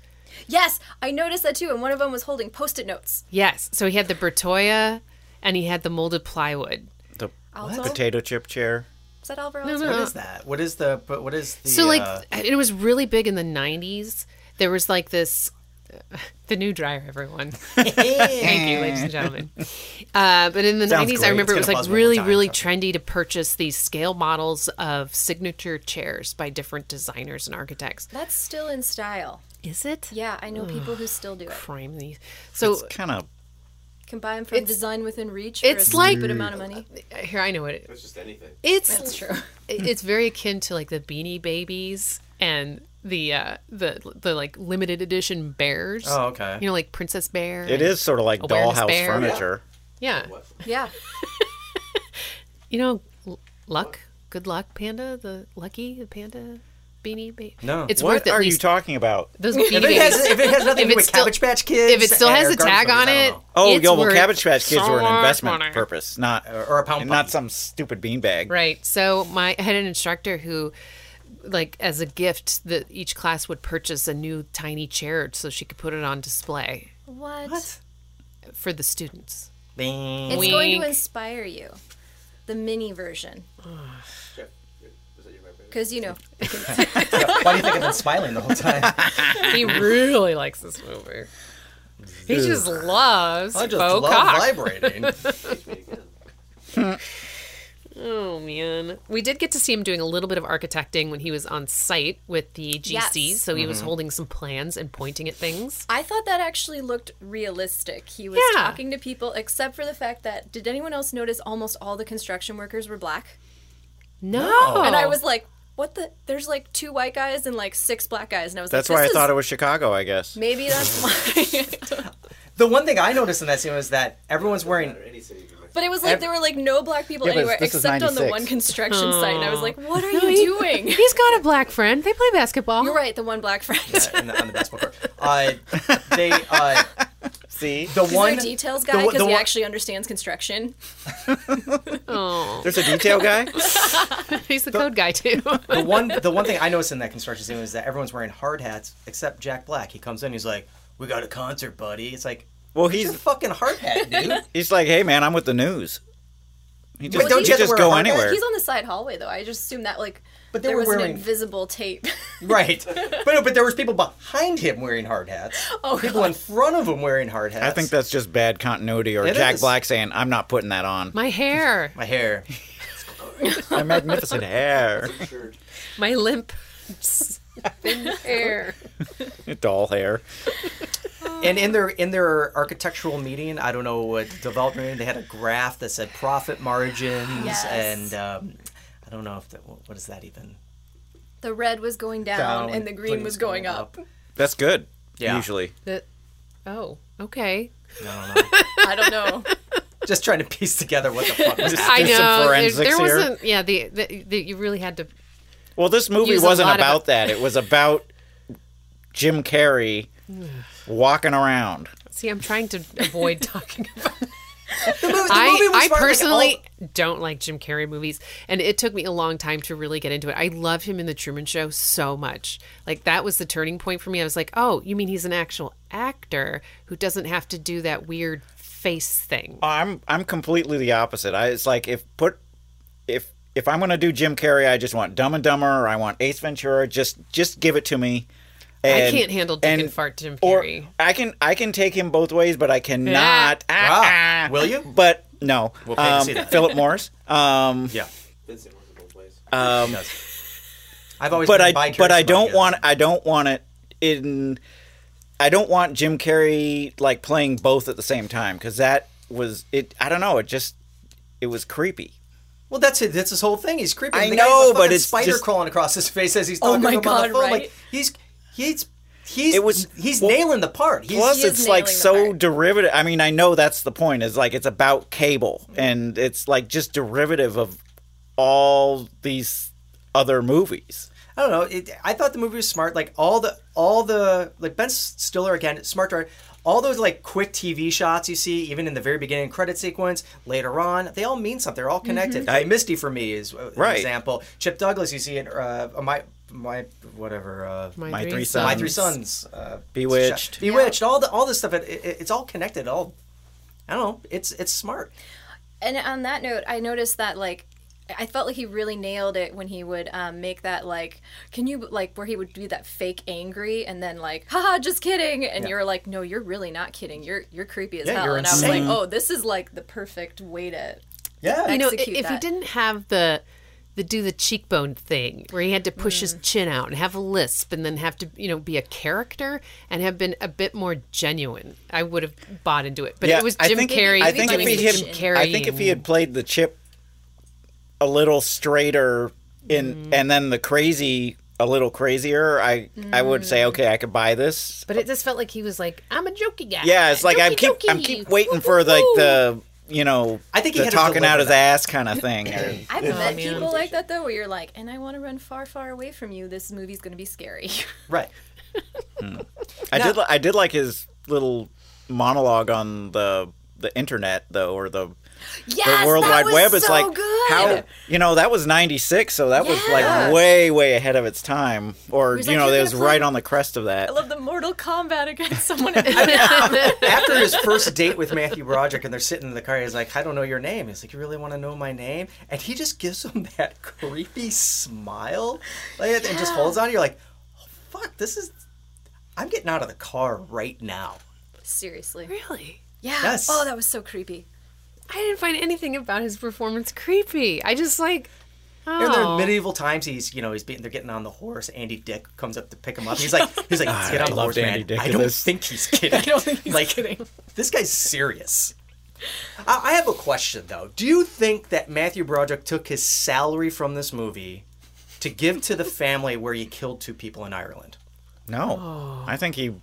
S8: Yes, I noticed that too, and one of them was holding post-it notes.
S6: Yes, so he had the Bertoya, and he had the molded plywood.
S7: The
S8: Also,
S7: potato chip chair.
S8: is that Alvaro?
S9: what is that? What is the? but What is the?
S6: Uh, So like
S9: uh,
S6: it was really big in the '90s. There was like this, the new dryer. Everyone, thank you, ladies and gentlemen. Uh, but in the
S7: Sounds
S6: 90s,
S7: great.
S6: I remember it
S9: It's
S6: was
S9: gonna
S6: like
S9: buzz one more
S6: really,
S9: time,
S6: really
S9: so.
S6: trendy to purchase these scale models of signature chairs by different designers and architects.
S8: That's still in style.
S6: Is it?
S8: Yeah, I know people who still do it.
S6: Prime these. So
S7: It's kind of
S8: Can buy them from Design Within Reach for
S6: it's
S8: a
S6: like-
S8: stupid amount of money.
S6: Uh, here I know what it
S10: It's just anything.
S6: It's
S8: That's true.
S6: It's very akin to like the Beanie Babies and the uh the the like limited edition bears.
S9: Oh, okay.
S6: You know, like Princess Bear.
S7: It
S6: and-
S7: is sort of like
S6: Awareness
S7: dollhouse
S6: bear.
S7: furniture.
S6: Yeah.
S8: Yeah,
S6: You know, l- luck. Good luck, panda. The lucky the panda beanie baby.
S9: No.
S6: it's
S7: What
S6: worth at
S7: are you
S6: least
S7: talking about?
S6: those beanie
S9: if, it has,
S6: babies.
S9: if it has nothing to do
S6: If it's
S9: with
S6: still-
S9: Cabbage Patch Kids,
S6: If it still
S9: and-
S6: has
S9: or
S6: a
S9: Garbage
S6: tag
S9: Monkeys,
S6: on
S9: I don't
S6: it,
S9: know.
S7: Oh,
S6: it's
S7: yo, well,
S6: worth
S7: Cabbage Patch Kids
S6: so
S7: were an
S6: much
S7: investment
S6: money.
S7: purpose, not
S9: or a pound
S7: not
S9: puppy.
S7: some stupid beanbag.
S6: Right. So my I had an instructor who like as a gift that each class would purchase a new tiny chair so she could put it on display
S8: what?
S6: for the students.
S9: Bing.
S8: It's going
S6: Wink.
S8: to inspire you. The mini version, because you know
S9: Why do you think I've been smiling the whole time?
S6: He really likes this movie. He just loves
S9: I just
S6: faux
S9: love
S6: cock.
S9: vibrating.
S6: Oh man, we did get to see him doing a little bit of architecting when he was on site with the GCs.
S8: Yes.
S6: So he was
S9: Mm-hmm.
S6: holding some plans and pointing at things.
S8: I thought that actually looked realistic. He was
S6: Yeah.
S8: talking to people, except for the fact that did anyone else notice almost all the construction workers were black?
S6: No,
S8: And
S6: Oh.
S8: I was like, what the? There's like two white guys and like six black guys, and I was
S7: That's
S8: like,
S7: why I
S8: this
S7: thought
S8: is-
S7: it was Chicago, I guess.
S8: Maybe that's why.
S9: the one thing I noticed in that scene was that everyone's wearing
S8: But it was like there were like no black people
S7: Yeah, but
S8: anywhere
S7: this is
S8: except on the
S7: 96.
S8: one construction site. And I was like, what are
S6: he-
S8: you doing?
S6: he's got a black friend. They play basketball.
S8: You're right, the one black friend.
S9: in the, on the basketball court. Uh, they uh,
S7: See,
S9: The
S8: He's our
S9: one
S8: details
S9: the
S8: guy
S9: one-
S8: because
S9: the
S8: he
S9: one-
S8: actually understands construction.
S7: there's a detail guy.
S6: He's the code guy too.
S9: the one the one thing I noticed in that construction scene is that everyone's wearing hard hats except Jack Black. He comes in, he's like, "We got a concert, buddy." It's like,
S7: Well,
S9: he's a
S7: he's
S9: fucking hard hat, dude.
S7: he's like, hey man, I'm with the news. He just,
S9: But don't
S7: he
S9: you have to
S7: just
S9: wear a
S7: go
S9: hard hat?
S7: anywhere.
S8: He's on the side hallway though. I just assumed that like
S9: But they
S8: there
S9: were
S8: was
S9: wearing-
S8: an invisible tape.
S9: right? But but there was people behind him wearing hard hats.
S8: Oh,
S9: people in front of him wearing hard hats.
S7: I think that's just bad continuity, or
S9: It
S7: Jack
S9: is.
S7: Black saying, "I'm not putting that on."
S6: My hair,
S9: my hair.
S7: My magnificent hair,
S10: Sure.
S6: my limp, thin hair.
S7: doll hair.
S9: And in their in their architectural meeting, I don't know what development meeting, they had a graph that said profit margins
S8: Yes.
S9: and um, I don't know if that what is that even
S8: the red was going down, and the green was going, up.
S7: That's good.
S9: Yeah.
S7: Usually,
S6: The, oh, okay.
S9: I don't know.
S8: I don't know.
S9: Just trying to piece together what the fuck was
S6: I
S7: do some
S6: know there,
S7: forensics
S6: there
S7: here.
S6: wasn't. Yeah, the, the, the you really had to.
S7: Well, this movie
S6: Use a
S7: wasn't
S6: lot of
S7: about
S6: it.
S7: that. It was about Jim Carrey walking around.
S6: See, I'm trying to avoid talking about.
S9: The movie- the movie was
S6: I, I
S9: about, like,
S6: personally
S8: oh.
S9: all-
S6: don't like Jim Carrey movies, and it took me a long time to really get into it. I loved him in The Truman Show so much. Like, that was the turning point for me. I was like, oh, you mean he's an actual actor who doesn't have to do that weird face thing?
S7: I'm I'm completely the opposite. I it's like if put if if I'm gonna do Jim Carrey, I just want Dumb and Dumber or I want Ace Ventura. Just just give it to me. And-
S6: can't handle Dick and Fart Jim
S7: or
S6: Carrey.
S7: I can I can take him both ways, but I cannot.
S9: Ah,
S7: ah, ah.
S9: will you?
S7: But no.
S9: We'll pay to
S7: um,
S9: see that.
S7: Philip Morris. Um,
S9: Yeah.
S10: Vincent was in both ways.
S9: he does. I've always
S7: but
S9: been
S7: I
S9: bi-curious
S7: but I
S9: about
S7: don't
S9: his.
S7: want I don't want it in I don't want Jim Carrey like playing both at the same time because that was it. I don't know. It just it was creepy.
S9: Well, that's it. That's his whole thing. He's creepy.
S7: I
S9: And the guy has a
S7: know,
S9: fucking
S7: but it's
S9: spider
S7: just-
S9: crawling across his face as he's talking
S8: Oh
S9: to
S8: my
S9: him on
S8: God,
S9: the phone. Like
S8: right?
S9: he's he's he's
S7: It was-
S9: he's
S7: well,
S9: nailing the part. He's,
S7: Plus,
S8: he is
S7: it's like
S8: nailing the
S7: so
S8: part.
S7: derivative. I mean, I know that's the point. Is like it's about cable, and it's like just derivative of all these other movies.
S9: I don't know. It, I thought the movie was smart. Like all the all the like Ben Stiller again, smart director. All those like quick TV shots you see, even in the very beginning credit sequence, later on, they all mean something.
S6: Mm-hmm.
S9: They're all connected. I, Misty for me is uh, an
S7: Right.
S9: example. Chip Douglas, you see in uh, my my whatever uh, my,
S7: My three
S6: Sons.
S7: sons.
S9: three sons, uh,
S7: Bewitched.
S9: shot- Bewitched. All the all this stuff. It, it, it's all connected. All I don't know. It's it's smart.
S8: And on that note, I noticed that like I felt like he really nailed it when he would um, make that like, can you like where he would do that fake angry and then like, haha, just kidding, and you're like, no, you're really not kidding. You're you're creepy as
S9: Yeah,
S8: hell.
S9: you're
S8: And I was like,
S9: insane.
S8: oh, this is like the perfect way to
S9: Yeah.
S6: you know,
S8: execute
S6: if he
S8: that.
S6: didn't have the the do the cheekbone thing where he had to push his chin out and have a lisp and then have to you know be a character and have been a bit more genuine, I would have bought into it. But
S7: Yeah,
S6: it was
S7: I
S6: Jim
S7: think-
S6: Carrey.
S7: I think if
S6: doing
S7: he had,
S6: Jim Carrey.
S7: I think if he had played the chip a little straighter in,
S6: Mm-hmm.
S7: and then the crazy a little crazier, I I would say okay, I could buy this.
S6: Mm. But it just felt like he was like, I'm a jokey guy.
S7: Yeah, it's like I keep I'm
S6: Jokey-jokey.
S7: keep waiting for like the you know
S9: I think he
S7: the
S9: had to
S7: talking out
S9: deliver
S7: his ass kind of thing. or-
S8: I've met people like that though, where you're like, and I want to run far, far away from you. This movie's gonna be scary.
S9: Right.
S7: I did li- I did like his little monologue on the the internet though, or the
S8: yes,
S7: the World
S8: that
S7: Wide
S8: was
S7: Web
S8: so
S7: is like
S8: good.
S7: how you know that was '96, so that was like way way ahead of its time, or
S8: was
S7: you
S8: like,
S7: know
S8: "You're
S7: that
S8: gonna
S7: was
S8: play-
S7: right on the crest of that.
S8: I love the Mortal Kombat against someone. in
S9: After his first date with Matthew Broderick, and they're sitting in the car, he's like, "I don't know your name." He's like, "You really want to know my name?" And he just gives him that creepy smile, like, and just holds on. You're like, oh, "Fuck, this is." I'm getting out of the car right now.
S8: Seriously.
S6: really.
S8: Yeah.
S9: Yes.
S8: Oh, that was so creepy.
S6: I didn't find anything about his performance creepy. I just like. Oh.
S9: And they're in medieval times. He's, you know, he's being, they're getting on the horse. Andy Dick comes up to pick him up. He's like, he's like, "Let's get on the
S7: loved
S9: horse,
S7: Ah, Andy
S9: man."
S7: Dick
S9: I
S7: in
S9: don't
S7: this.
S9: think he's kidding. I don't think he's like, kidding. This guy's serious. I, I have a question though. Do you think that Matthew Broderick took his salary from this movie to give to the family where he killed two people in Ireland?
S7: No,
S8: Oh.
S7: I think he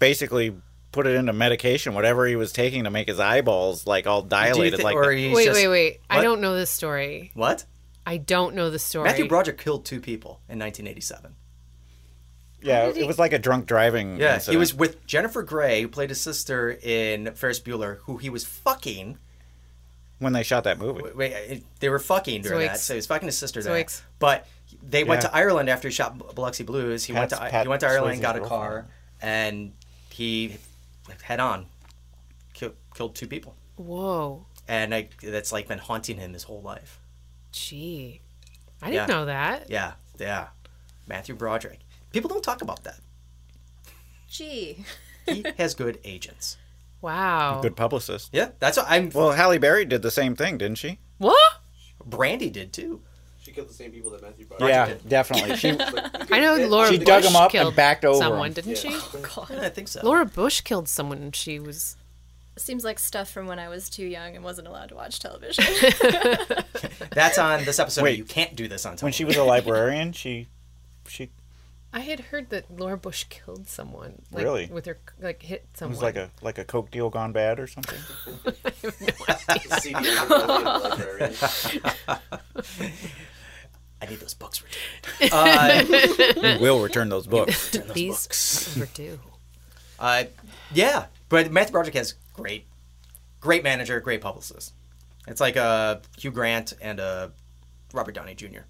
S7: basically put it into medication, whatever he was taking to make his eyeballs like all
S9: Do you
S7: dilated.
S9: thi-
S7: like
S9: or
S7: that.
S9: he's
S6: wait,
S9: just-
S6: wait, wait. I
S9: What?
S6: don't know the story.
S9: What?
S6: I don't know the story.
S9: Matthew Broderick killed two people in 1987.
S7: Yeah,
S6: did he-
S7: it was like a drunk driving.
S9: Yeah, he
S7: incident.
S9: was with Jennifer Grey, who played his sister in Ferris Bueller, who he was fucking.
S7: when they shot that movie.
S9: Wait, wait, they were fucking during that,
S6: Zoinks.
S9: so he was fucking his sister there.
S6: Zoinks.
S9: But they went
S7: Yeah.
S9: to Ireland after he shot Biloxi Blues. He went
S7: Pat's-
S9: to
S7: Pat
S9: he went to Ireland,
S7: Swayze's
S9: got a
S7: girlfriend.
S9: car, and he head on killed, killed two people,
S6: Whoa.
S9: and I, that's like been haunting him his whole life.
S6: Gee. I didn't
S9: Yeah.
S6: know that.
S9: Yeah, yeah. Matthew Broderick. People don't talk about that.
S8: Gee.
S9: He has good agents.
S6: Wow.
S7: Good publicist.
S9: Yeah, that's what I'm.
S7: Well, Halle Berry did the same thing, didn't she?
S6: What?
S9: Brandy did too.
S10: She killed the same people that Matthew Broderick did.
S7: definitely. She
S6: I know Laura
S7: She
S6: Bush
S7: dug him up and
S6: killed
S7: backed over
S6: someone,
S7: him.
S6: didn't she?
S9: Yeah, I think so.
S6: Laura Bush killed someone and she was
S8: Seems like stuff from when I was too young and wasn't allowed to watch television.
S9: That's on this episode.
S7: Wait.
S9: You can't do this on television.
S7: when she was a librarian, she she
S6: I had heard that Laura Bush killed someone. Like,
S7: Really?
S6: With her like hit
S7: it
S6: someone.
S7: was like a like a coke deal gone bad or something.
S10: The CD in the library.
S9: I need those books returned. uh,
S7: we will return those books.
S6: These overdue.
S9: uh, yeah, but Matthew Broderick has great, great manager, great publicist. It's like a Hugh Grant and a Robert Downey Jr.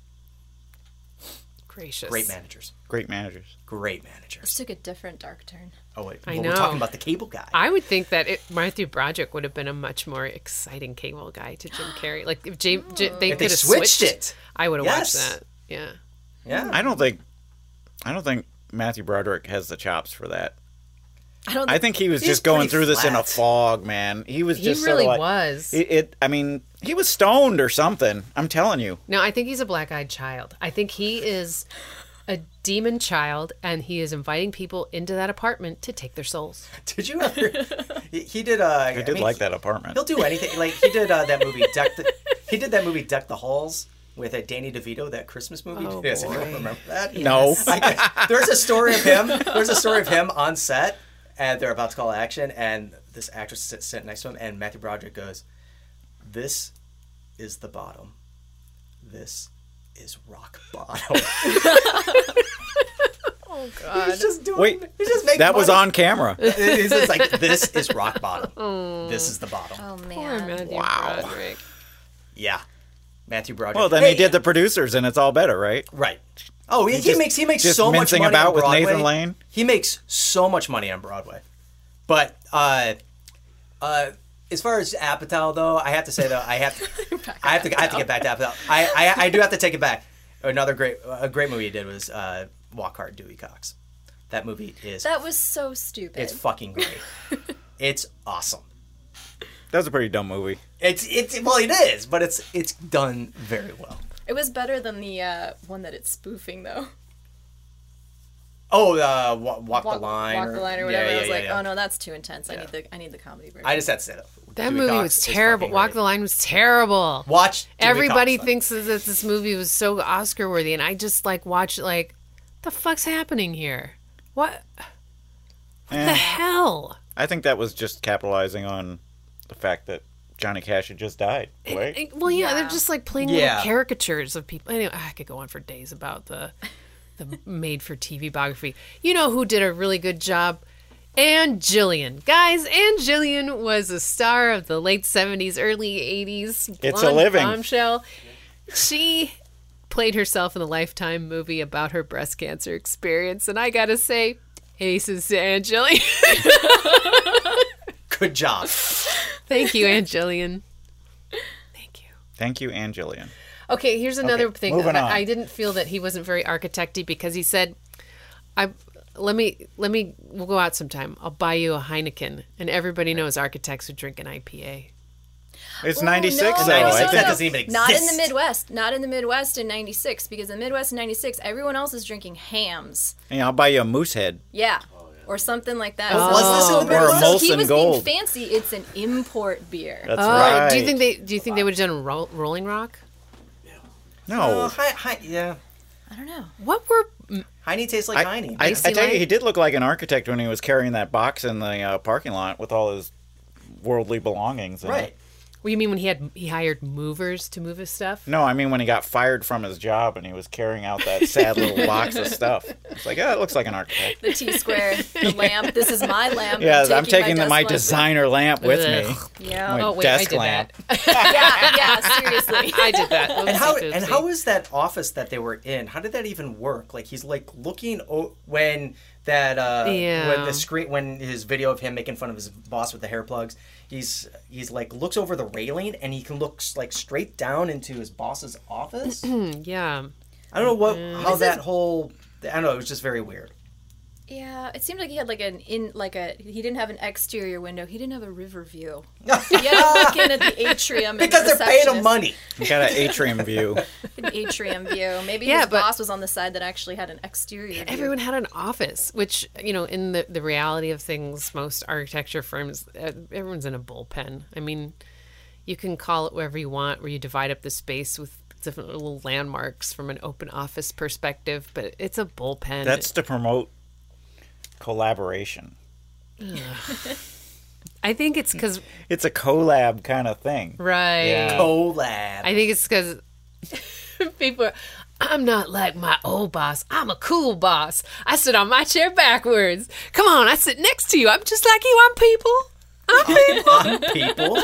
S6: Gracious.
S9: Great managers,
S7: Great managers.
S9: great managers.
S8: This took a different dark turn.
S9: Oh wait,
S6: I
S9: well,
S6: know.
S9: we're talking about the cable guy.
S6: I would think that it, Matthew Broderick would have been a much more exciting cable guy to Jim Carrey. Like if Jim, Jim they
S9: If
S6: could
S9: they
S6: have
S9: switched
S6: switched,
S9: it.
S6: I would have
S9: Yes.
S6: watched that. Yeah.
S9: yeah,
S7: I don't think I don't think Matthew Broderick has the chops for that.
S8: I don't
S7: I think he was
S9: He's
S7: just going
S9: pretty
S7: through this in a
S9: flat.
S7: fog, man. He was
S6: He
S7: just sorta
S6: really
S7: like-
S6: was.
S7: It, it. I mean, he was stoned or something. I'm telling you.
S6: No, I think he's a black eyed child. I think he is a demon child and he is inviting people into that apartment to take their souls.
S9: did you ever? he, he did. Uh, I
S7: I did
S9: mean,
S7: like that apartment.
S9: He'll do anything. Like he did uh, that movie. Deck the, he did that movie. Deck the halls. With uh, Danny DeVito, that Christmas movie.
S6: Oh,
S9: yes,
S6: boy.
S9: if you remember that.
S7: No.
S9: I- there's a story of him. There's a story of him on set, and they're about to call action, and this actress sits sitting next to him, and Matthew Broderick goes, "This is the bottom. This is rock bottom." oh God! He's just doing.
S7: Wait,
S9: he's just making
S7: that was
S9: money.
S7: on camera.
S9: He's just like, "This is rock bottom. this is the bottom."
S8: Oh
S6: Poor
S8: man.
S6: Matthew wow. Broderick.
S9: Yeah, Matthew Broderick.
S7: Well, then
S9: Hey,
S7: he did the producers, and it's all better, right?
S9: Right. Oh, he, he
S7: just-
S9: makes he makes
S7: just
S9: so much
S7: mincing
S9: money
S7: about
S9: on
S7: with
S9: Broadway.
S7: Nathan Lane?
S9: He makes so much money on Broadway. But uh, uh, as far as Apatow, though, I have to say though, I have to, I have to, I have to get back to Apatow. I, I, I do have to take it back. Another great, a great movie he did was uh, Walk Hard, Dewey Cox. That movie is
S8: That was so stupid.
S9: it's fucking great. it's awesome.
S7: That was a pretty dumb movie.
S9: It's it's well, it is, but it's it's done very well.
S8: it was better than the uh, one that it's spoofing though.
S9: Oh, uh, Wa- Walk, the Line,
S8: Walk
S9: or-
S8: the line or
S9: yeah,
S8: whatever.
S9: yeah,
S8: I was
S9: yeah,
S8: like,
S9: yeah.
S8: oh no, that's too intense. I need the I need the comedy version.
S9: I just had to say that.
S6: That
S9: Dewey
S6: movie
S9: Cox
S6: was
S9: is
S6: terrible.
S9: fucking
S6: Walk
S9: great.
S6: the Line was terrible.
S9: Watch. Dewey
S6: Everybody
S9: Cox,
S6: thinks that this movie was so Oscar worthy, and I just like watched it like, the fuck's happening here? What? What
S9: Eh.
S6: the hell?
S7: I think that was just capitalizing on the fact that Johnny Cash had just died, right?
S6: Eh, Well, yeah, they're just like playing
S9: Yeah.
S6: little caricatures of people. Anyway, I could go on for days about the the made for TV biography. You know who did a really good job? Anne Jillian. Guys, Anne Jillian was a star of the late 70s, early 80s.
S7: It's a
S6: blonde
S7: living.
S6: Bombshell. She played herself in the Lifetime movie about her breast cancer experience. And I got to say, aces to Anne Jillian.
S9: Good job.
S6: Thank you, Anne Jillian. Thank you.
S7: Thank you, Angelian.
S6: Okay, here's another
S7: Okay,
S6: thing.
S7: moving
S6: I,
S7: on.
S6: I didn't feel that he wasn't very architecty because he said, "I let me let me we'll go out sometime. I'll buy you a Heineken." And everybody knows architects who drink an IPA.
S7: It's
S8: Ooh,
S7: 96,
S8: no,
S7: though.
S8: no,
S7: I
S8: no,
S7: think
S8: no.
S9: doesn't even
S8: Not in the
S9: exist.
S8: Midwest. Not in the Midwest in '96 because in the Midwest in '96, everyone else is drinking hams.
S7: Hey, I'll buy you a moose head.
S8: Yeah.
S9: Oh,
S8: Or something like that.
S9: Was this in the
S7: Or a
S9: Midwest?
S8: So he
S7: Molson
S8: was
S7: Oh. Gold.
S8: being fancy. It's an import beer.
S7: That's
S6: Oh,
S7: right.
S6: do you think they do you think they would have done Ro- Rolling Rock?
S9: Oh,
S7: No.
S9: hi, hi, yeah.
S8: I don't know.
S6: What were
S9: Heine tastes like
S7: I,
S9: Heine.
S7: I, I
S6: Icy
S7: tell you,
S6: Light?
S7: he did look like an architect when he was carrying that box in the uh, parking lot with all his worldly belongings. In
S9: right.
S7: It.
S6: Well, you mean when he had he hired movers to move his stuff?
S7: No, I mean when he got fired from his job and he was carrying out that sad little box of stuff. It's like, oh, it looks like an architect.
S8: The T square, the lamp. This is my lamp.
S7: Yeah, I'm taking the,
S8: desk
S7: my
S8: lamp.
S7: designer lamp with me.
S6: Ugh.
S8: Yeah.
S7: My
S6: Oh wait, I
S7: desk
S6: did
S7: lamp.
S6: that.
S8: yeah, yeah. Seriously.
S6: I did that.
S9: And how
S6: Oopsie
S9: and
S6: doopsie.
S9: how is that office that they were in? How did that even work? Like he's like looking o- when that uh
S6: Yeah.
S9: when the screen when his video of him making fun of his boss with the hair plugs, he's he's like looks over the railing and he can look s- like straight down into his boss's office. I
S6: Yeah.
S9: don't know what how that whole I don't know, it was just very weird.
S8: Yeah, it seemed like he had like an in like a he didn't have an exterior window. He didn't have a river view. yeah, looking at the atrium and
S9: Because
S8: the
S9: they're paying him
S8: receptionist.
S9: money.
S7: You got an atrium view.
S8: An atrium view. Maybe
S6: Yeah,
S8: his
S6: but-
S8: boss was on the side that actually had an exterior. view.
S6: Everyone had an office, which you know, in the the reality of things, most architecture firms, uh, everyone's in a bullpen. I mean, you can call it wherever you want, where you divide up the space with different little landmarks from an open office perspective, but it's a bullpen.
S7: That's to promote collaboration.
S6: I think it's because
S7: It's a collab kind of thing.
S6: right.
S7: Yeah.
S9: Collab.
S6: I think it's because people are, I'm not like my old boss. I'm a cool boss. I sit on my chair backwards. Come on, I sit next to you. I'm just like you. I'm people. I'm people.
S9: people.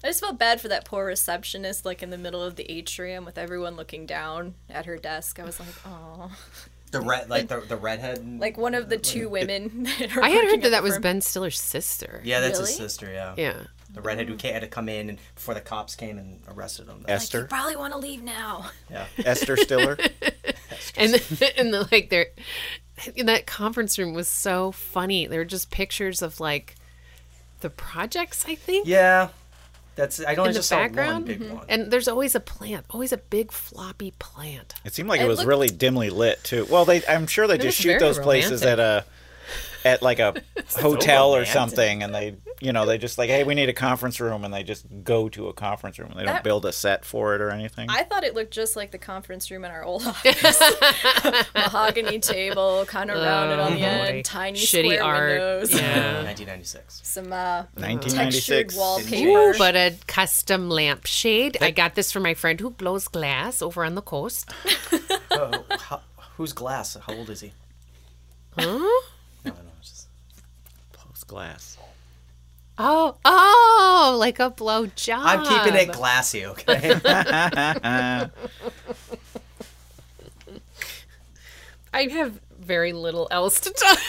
S8: I just felt bad for that poor receptionist, like in the middle of the atrium with everyone looking down at her desk. I was like, oh,
S9: The red like the, the redhead and-
S8: like one of the two women. That are
S6: I had
S8: working
S6: heard
S8: at
S6: that that
S8: the
S6: was
S8: firm.
S6: Ben Stiller's sister.
S9: yeah, that's his
S8: Really?
S9: sister. Yeah,
S6: Yeah.
S9: the redhead who ca- had to come in and before the cops came and arrested him.
S8: You
S7: Esther.
S8: probably want to leave now.
S9: Yeah.
S7: Esther Stiller.
S6: and and the, like their in that conference room was so funny. There were just pictures of like the projects. I think.
S9: Yeah, that's I only
S6: In the
S9: just saw one
S6: background,
S9: big one.
S6: and there's always a plant, always a big floppy plant.
S7: It seemed like it,
S8: It
S7: was
S8: looked-
S7: really dimly lit too. Well, they I'm sure they just
S6: was
S7: shoot
S6: very
S7: those places at a at like a hotel or
S9: romantic.
S7: something and they you know, they just like, hey, we need a conference room and they just go to a conference room and they don't
S8: That-
S7: build a set for it or anything.
S8: I thought it looked just like the conference room in our old office. Mahogany table, kind of rounded
S9: Oh,
S8: on the
S6: Oh, boy.
S8: end, tiny
S6: Shitty
S8: square
S6: art.
S8: windows,
S6: Yeah.
S9: 1996.
S8: some uh, textured
S7: 1996.
S8: wallpaper.
S6: But a custom lampshade. I got this from my friend who blows glass over on the coast.
S9: Oh, how, who's Glass? How old is he? Huh? No, no, it's just
S7: Close glass.
S6: Oh, oh, like a blow job.
S9: I'm keeping it glassy, okay?
S6: I have very little else to talk about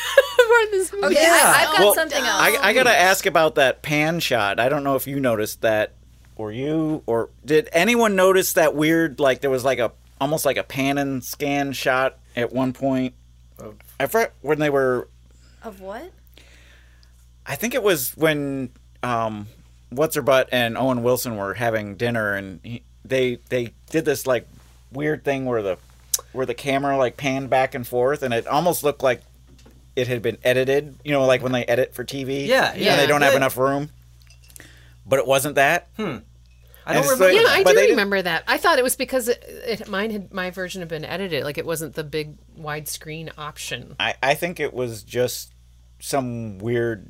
S6: this movie.
S8: Okay, I, I've got
S7: Well,
S8: something else.
S7: I, I gotta ask about that pan shot. I don't know if you noticed that, or you, or did anyone notice that weird? Like there was like a almost like a pan and scan shot at one point. I forgot when they were.
S8: of what?
S7: I think it was when um, what's her butt and Owen Wilson were having dinner, and he, they they did this like weird thing where the where the camera like panned back and forth, and it almost looked like it had been edited. You know, like when they edit for TV.
S9: Yeah,
S7: And
S6: yeah.
S7: they don't have
S9: Yeah. Hmm.
S7: enough room. But it wasn't that.
S9: I don't
S7: It's
S9: remember.
S7: like-
S6: Yeah, I
S7: But they
S6: do
S7: didn't-
S6: remember that. I thought it was because it, it, mine had my version had been edited. Like it wasn't the big widescreen option.
S7: I, I think it was just some weird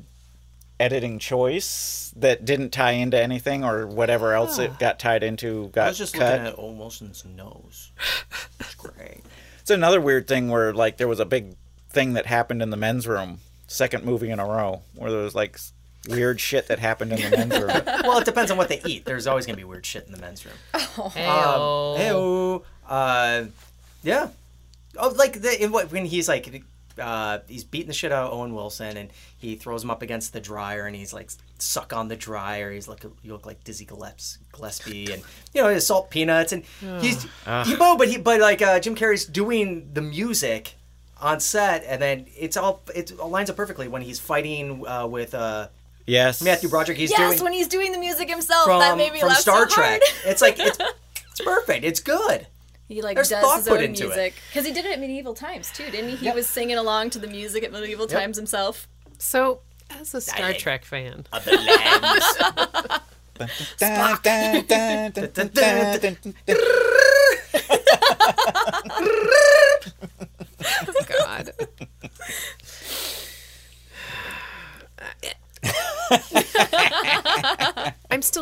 S7: editing choice that didn't tie into anything or whatever else it got tied into got
S9: Ah. I was just
S7: cut.
S9: looking at Owen Wilson's nose. It's great.
S7: It's another weird thing where like there was a big thing that happened in the men's room, second movie in a row, where there was like s- weird shit that happened in the men's room.
S9: Well, it depends on what they eat. There's always going to be weird shit in the men's room.
S7: Oh.
S6: Ayo.
S9: Hey,
S7: Um,
S9: uh, yeah. Oh, like the in what when he's like, uh, he's beating the shit out of Owen Wilson, and he throws him up against the dryer, and he's like, suck on the dryer. He's like, you look like Dizzy Gilleps- Gillespie, and you know, his salt peanuts, and he's he, oh, but he but like uh, Jim Carrey's doing the music on set, and then it's all it all lines up perfectly when he's fighting uh, with uh,
S7: Yes.
S9: Matthew Broderick. He's
S8: yes,
S9: doing
S8: when he's doing the music himself,
S9: from
S8: that made me
S9: from
S8: laugh
S9: Star
S8: so
S9: Trek.
S8: hard.
S9: It's like it's it's perfect. It's good.
S8: He like
S9: There's
S8: does
S9: thought
S8: his
S9: put
S8: own
S9: into it.
S8: music because he did it at medieval times too, didn't he? He was singing along to the music at medieval times himself.
S6: So, as a Star Trek fan,
S7: Dun, dun, dun, dun, dun, dun, dun, dun, dun.
S6: God.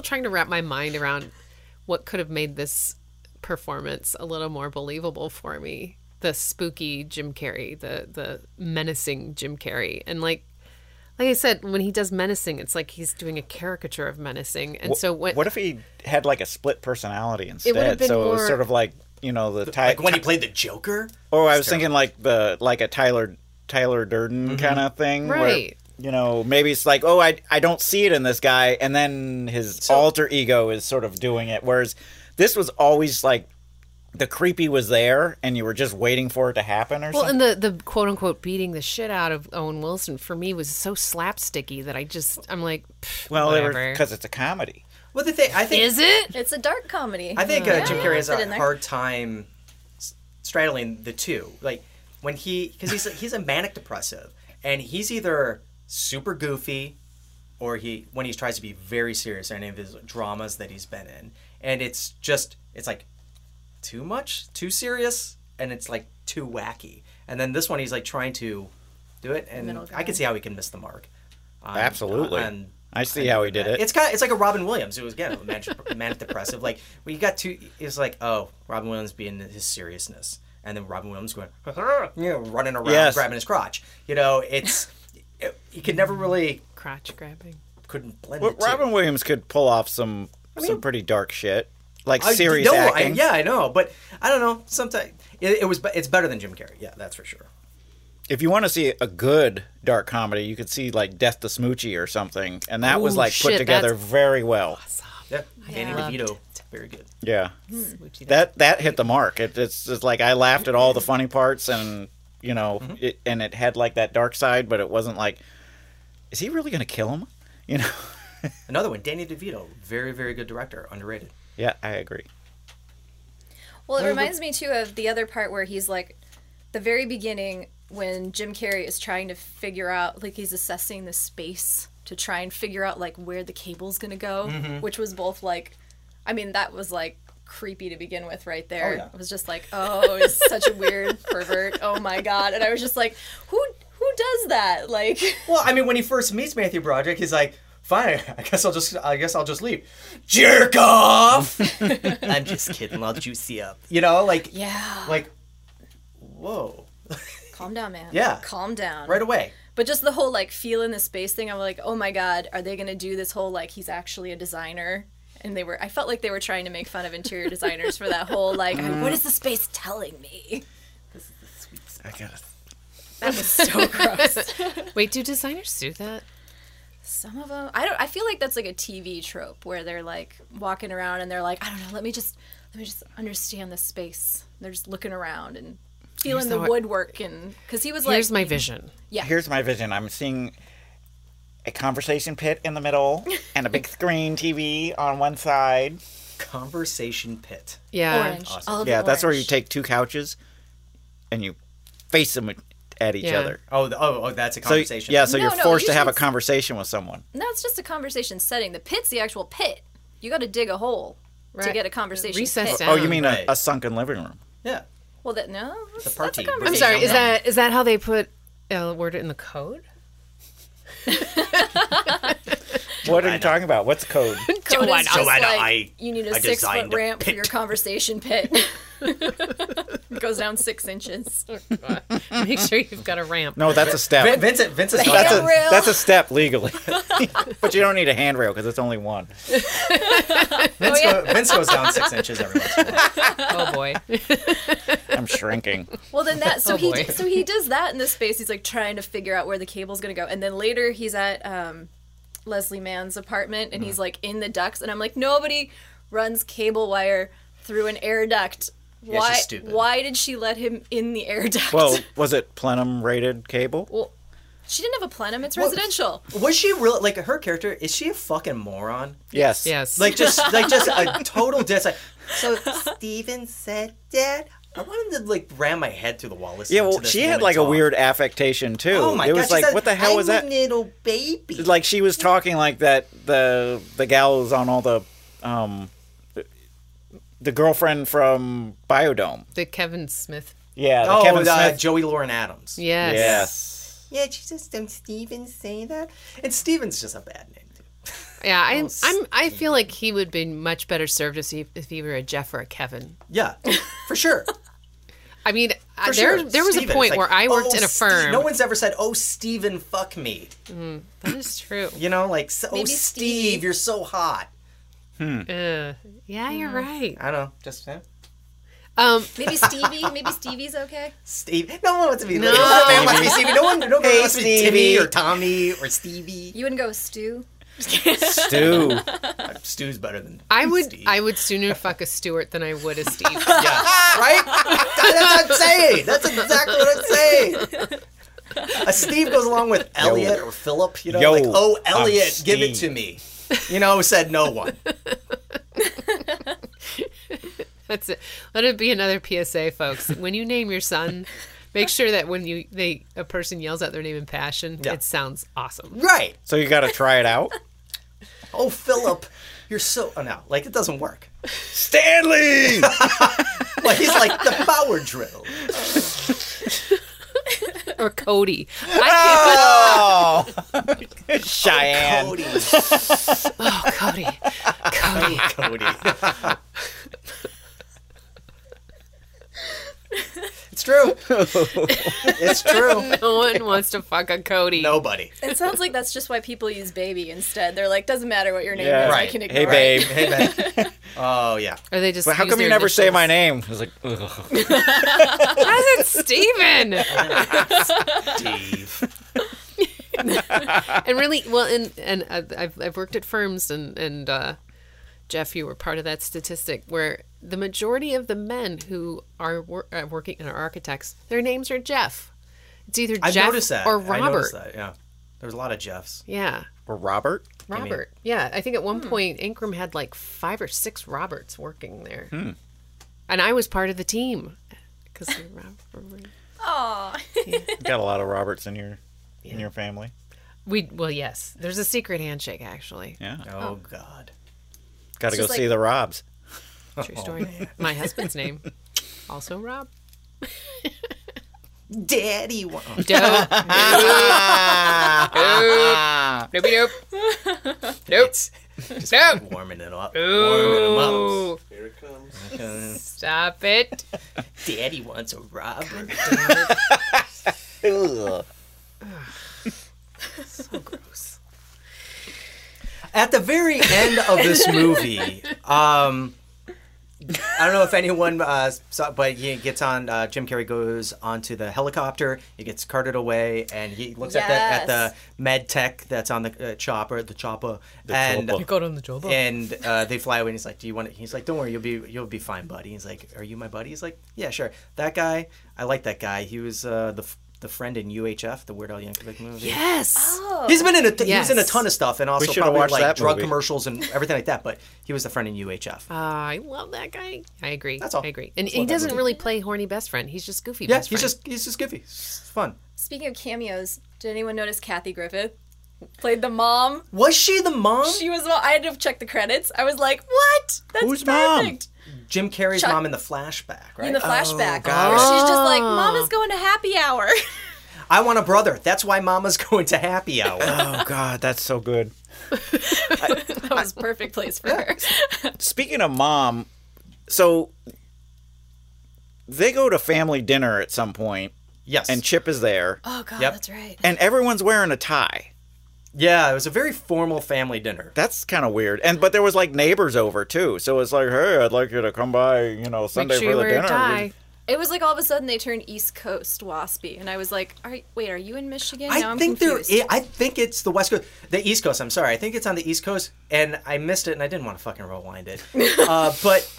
S6: trying to wrap my mind around what could have made this performance a little more believable for me. The spooky Jim Carrey, the the menacing Jim Carrey, and like like I said, when he does menacing, it's like he's doing a caricature of menacing. And so what?
S7: What if he had like a split personality instead?
S6: been
S7: so it was
S6: more-
S7: sort of like you know the Ty-
S9: Like when he played the Joker.
S7: Oh, I was thinking like the like a Tyler Tyler Durden kind of thing, where,
S6: Right.
S7: you know, maybe it's like, oh, I I don't see it in this guy, and then his alter ego is sort of doing it. Whereas this was always like the creepy was there, and you were just waiting for it to happen, or
S6: Well,
S7: something.
S6: and the, the quote unquote beating the shit out of Owen Wilson for me was so slapsticky that I just I'm like, pff,
S7: Well, they were
S6: whatever.
S7: because it's a comedy.
S9: Well, the thing I think
S6: is it?
S8: It's a dark comedy.
S9: I think uh, Jim Carrey has
S8: Sit in
S9: a
S8: there.
S9: hard time s- straddling the two. Like when he, because he's he's a manic depressive, and he's either super goofy, or he when he tries to be very serious in any of his dramas that he's been in, and it's just it's like too much, too serious, and it's like too wacky. And then this one, he's like trying to do it, and I can see how he can miss the mark. uh, on-
S7: Absolutely.
S9: on-
S7: I see how he did it.
S9: it's kind of, it's like a Robin Williams. It was again a manic, manic depressive. Like when you got two, it's like oh, Robin Williams being his seriousness, and then Robin Williams going, you know, running around
S7: Yes.
S9: grabbing his crotch. You know, it's it, you could never really
S6: Crotch grabbing.
S9: couldn't blend.
S7: Well,
S9: the two.
S7: Robin Williams could pull off some some pretty dark shit, like
S9: I-
S7: serious
S9: no, I,
S7: acting.
S9: yeah, I know, but I don't know. Sometimes it, it was, be- it's better than Jim Carrey. Yeah, that's for sure.
S7: If you want to see a good dark comedy, you could see like Death to Smoochie or something, and that was
S6: Ooh,
S7: like put
S6: shit,
S7: together
S6: that's-
S7: very well.
S9: Yeah, Danny DeVito, very good.
S7: Yeah, that that hit the mark. It, it's just like I laughed at all the funny parts, and you know, it, and it had like that dark side, but it wasn't like, is he really gonna kill him? You know?
S9: Another one, Danny DeVito, very very good director, underrated.
S7: yeah, I agree.
S8: Well, it reminds me too of the other part where he's like, the very beginning when Jim Carrey is trying to figure out, like he's assessing the space to try and figure out like where the cable's gonna go,
S9: Mm-hmm.
S8: which was both like, I mean that was like creepy to begin with right there. It was just like, oh, he's such a weird pervert. Oh my god! And I was just like, who who does that? Like,
S9: Well, I mean, when he first meets Matthew Broderick, he's like, "Fine, I guess I'll just, I guess I'll just leave." Jerk off. I'm just kidding. I'll juice you up. You know, like,
S8: yeah,
S9: like, whoa,
S8: calm down, man.
S9: Yeah.
S8: calm down.
S9: right away.
S8: But just the whole like feel in the space thing, I'm like, oh my god, are they gonna do this whole like he's actually a designer? And they were, I felt like they were trying to make fun of interior designers for that whole like,
S6: Mm.
S8: what is the space telling me?
S7: I gotta.
S8: That was so gross.
S6: Wait, do designers do that?
S8: Some of them, I don't. I feel like that's like a TV trope where they're like walking around and they're like, I don't know, let me just, let me just understand the space. They're just looking around and feeling the
S6: how I-
S8: woodwork and because he was like,
S6: Here's my vision.
S7: Here's my vision. I'm seeing a conversation pit in the middle and a big screen TV on one side.
S9: Conversation pit.
S6: Yeah.
S8: orange, all of the
S7: Yeah, that's where you
S8: orange.
S7: take two couches and you face them at each
S6: Yeah.
S7: other.
S9: Oh, the, oh, oh, that's a
S7: So
S9: conversation.
S7: yeah, so
S8: No,
S7: you're
S8: no,
S7: forced to have a
S8: usually-
S7: conversation with someone.
S8: No, it's just a conversation setting. The pit's the actual pit. You got to dig a hole to
S6: Right.
S8: get a conversation.
S6: Recess
S8: pit.
S6: down.
S7: Oh, you mean
S9: right.
S7: a, a sunken living room?
S9: yeah.
S8: Well, that no, that's,
S9: The
S8: that's a
S9: party.
S8: conversation.
S6: I'm sorry. Is that is that how they put uh, word in the code?
S7: What are you talking about? What's code?
S8: Code is
S6: Joanna.
S8: just
S9: Joanna,
S8: like,
S9: I-
S8: you need a
S9: I
S8: six
S9: designed
S8: foot
S9: a
S8: ramp for
S9: pit.
S8: your conversation pit. It goes down six inches.
S6: Make sure you've got a ramp.
S7: No, that's a step.
S9: Vin- Vincent, Vincent's not
S7: that's, a,
S8: Handrail.
S7: that's a step legally. but you don't need a handrail because it's only one.
S9: Vince, go, Vince goes down six inches every once in a while.
S6: Oh boy.
S7: I'm shrinking.
S8: Well, then that so
S6: Oh,
S8: he
S6: boy.
S8: so he does that in this space. He's like trying to figure out where the cable's gonna go, and then later he's at um, Leslie Mann's apartment, and
S9: Mm-hmm.
S8: he's like in the ducts, and I'm like, nobody runs cable wire through an air duct.
S9: she's
S8: Why?
S9: stupid.
S8: why did she let him in the air duct?
S7: Well, was it plenum rated cable?
S8: she didn't have a plenum. It's residential.
S9: Was she real? Like her character? Is she a fucking moron?
S7: Yes.
S6: Yes.
S9: Like just, like just a total dis. Like, so Steven said that. I wanted to like ram my head through the wall. listening
S7: Yeah,
S9: to
S7: well,
S9: this
S7: she had
S9: woman
S7: like a
S9: talk.
S7: weird affectation too.
S9: Oh my
S7: it
S9: god!
S7: was
S9: she
S7: like,
S9: said,
S7: what the hell
S9: I'm
S7: was that?
S9: A little baby.
S7: Like she was talking like that. The the gal was on all the, um, the girlfriend from Biodome.
S6: the Kevin Smith.
S7: Yeah, the
S9: oh,
S7: Kevin
S9: uh,
S7: Smith.
S9: Joey Lauren Adams.
S6: Yes.
S7: Yes.
S9: Yeah, Jesus, did Steven say that? And Steven's just a bad name too.
S6: Yeah, I, I'm. I feel like he would be much better served if he, if he were a Jeff or a Kevin.
S9: Yeah, for sure.
S6: I mean, I,
S9: For
S6: Uh, there
S9: sure.
S6: there was
S9: Steven. It's
S6: a point
S9: like,
S6: where I worked
S9: "Oh,
S6: in a
S9: Ste-"
S6: firm.
S9: No one's ever said, "Oh, Steven, fuck me."
S6: That is true.
S9: You know, like, s- "Oh,
S8: Maybe
S9: Steve,
S8: Steve.
S9: you're so hot."
S6: Ugh. yeah, you're right.
S9: I don't know, just yeah.
S6: Mm. Um,
S8: Maybe Stevie. Maybe Stevie's okay.
S9: Steve. No one wants to be. No, one wants to be Stevie. No one. No one
S7: Hey,
S9: wants to be
S7: Stevie.
S9: Timmy or Tommy or Stevie.
S8: You wouldn't go with Stu.
S7: Stu.
S9: Stu's better than.
S6: I would
S9: Steve.
S6: I would sooner fuck a Stewart than I would a Steve.
S9: Yeah. Right? That's what I'm saying. That's exactly what I'm saying. A Steve goes along with Elliot or Philip, you know,
S7: Yo,
S9: like, oh,
S7: I'm
S9: Elliot, give it to
S7: Steve.
S9: me. You know, said no one.
S6: That's it. Let it be another PSA, folks. When you name your son, make sure that when you they a person yells out their name in passion,
S9: Yeah.
S6: it sounds awesome.
S9: Right.
S7: So you got to try it out.
S9: Oh, Philip, you're so, oh, no, like, it doesn't work.
S7: Stanley.
S9: Well, he's like the power drill.
S6: Or Cody. I
S7: oh. Cheyenne.
S9: Cody.
S6: can't. Cody. Cody.
S9: Cody. it's true. it's true.
S6: No one wants to fuck a Cody.
S9: Nobody.
S8: It sounds like that's just why people use baby instead. They're like, doesn't matter what your name
S7: Yeah.
S8: is, I
S9: Right.
S8: can ignore
S7: Hey,
S8: it."
S7: babe.
S9: Hey, man. Oh, yeah.
S6: Or they just.
S7: But how
S6: use
S7: come you
S6: their
S7: never say
S6: initials.
S7: my name? I was like, ugh.
S6: Why is it Steven?
S9: Steve.
S6: and really well and and I've- I've, I've worked at firms and and uh, jeff you were part of that statistic where the majority of the men who are wor- uh, working and are architects their names are jeff it's either
S9: I
S6: jeff
S9: noticed that.
S6: or
S9: I
S6: robert
S9: noticed that. Yeah, there was a lot of Jeffs.
S6: yeah
S7: Or Robert?
S6: robert yeah i think at one point ingram had like five or six roberts working there and i was part of the team because
S7: You got a lot of Roberts in your in your family.
S6: we well yes there's a secret handshake actually
S7: Yeah.
S9: Oh God.
S7: Got to go
S8: just
S7: see
S8: like-
S7: the Robs.
S6: true story my husband's name also rob
S9: Daddy. wa- oh,
S6: Dope.
S7: Ah.
S6: Nope, nope. Nope. Nope.
S9: Warming it up. Warming it
S6: Ooh.
S10: Here it comes.
S6: Stop it.
S9: up. Daddy wants a Robert.
S7: Ugh.
S9: At the very end of this movie, um, I don't know if anyone uh, saw, but he gets on. Uh, Jim Carrey goes onto the helicopter. He gets carted away, and he looks at the at
S8: Yes.
S9: the med tech that's on the uh, chopper, the chopper,
S7: The
S9: and
S7: chopper.
S6: Got on the job.
S9: and uh, they fly away and he's like do you want to he's like don't worry you'll be you'll be fine buddy he's like are you my buddy he's like yeah sure that guy i like that guy he was uh, the f- the friend in UHF, the Weird Al Yankovic movie.
S6: Yes.
S9: He's been in a t- he
S6: Yes.
S9: was in a ton of stuff and also
S7: should've
S9: probably
S7: watched
S9: like
S7: that
S9: drug
S7: movie.
S9: commercials and everything like that. But he was the friend in UHF.
S6: Ah, I love that guy. I agree.
S9: That's all.
S6: I agree. And
S9: Just
S6: he
S9: love that
S6: doesn't
S9: movie.
S6: really play horny best friend. He's just goofy
S9: yeah,
S6: best
S9: he's
S6: friend.
S9: just he's just goofy. It's fun.
S8: Speaking of cameos, did anyone notice Kathy Griffith played the mom?
S9: Was she the mom?
S8: She was. I had to check the credits. I was like, what? That's
S7: Who's mom? Oh,
S8: perfect.
S9: Jim Carrey's
S8: Chuck-
S9: mom in the flashback, right?
S8: In the flashback,
S9: got
S8: where she's just like, "Mom is going to happy hour."
S9: I want a brother. That's why Mama's going to happy hour.
S7: Oh God, that's so good.
S8: that was a perfect place for her.
S7: Speaking of mom, so they go to family dinner at some point,
S9: yes.
S7: and Chip is there,
S8: Oh god,
S9: Yep.
S8: that's right.
S7: and everyone's wearing a tie.
S9: yeah, it was a very formal family dinner.
S7: That's kind of weird. And but there was like neighbors over too, so it's like, hey, I'd like you to come by, you know,
S6: Make
S7: Sunday
S6: sure you
S7: for the
S6: wear
S7: dinner.
S6: a tie.
S8: It was like all of a sudden they turned East Coast waspy, and I was like, "Are wait, are you in Michigan?" now
S9: I
S8: I'm
S9: think there.
S8: confused.
S9: I I think it's the West Coast, the East Coast. I'm sorry. I think it's on the East Coast, and I missed it, and I didn't want to fucking rewind it. uh, but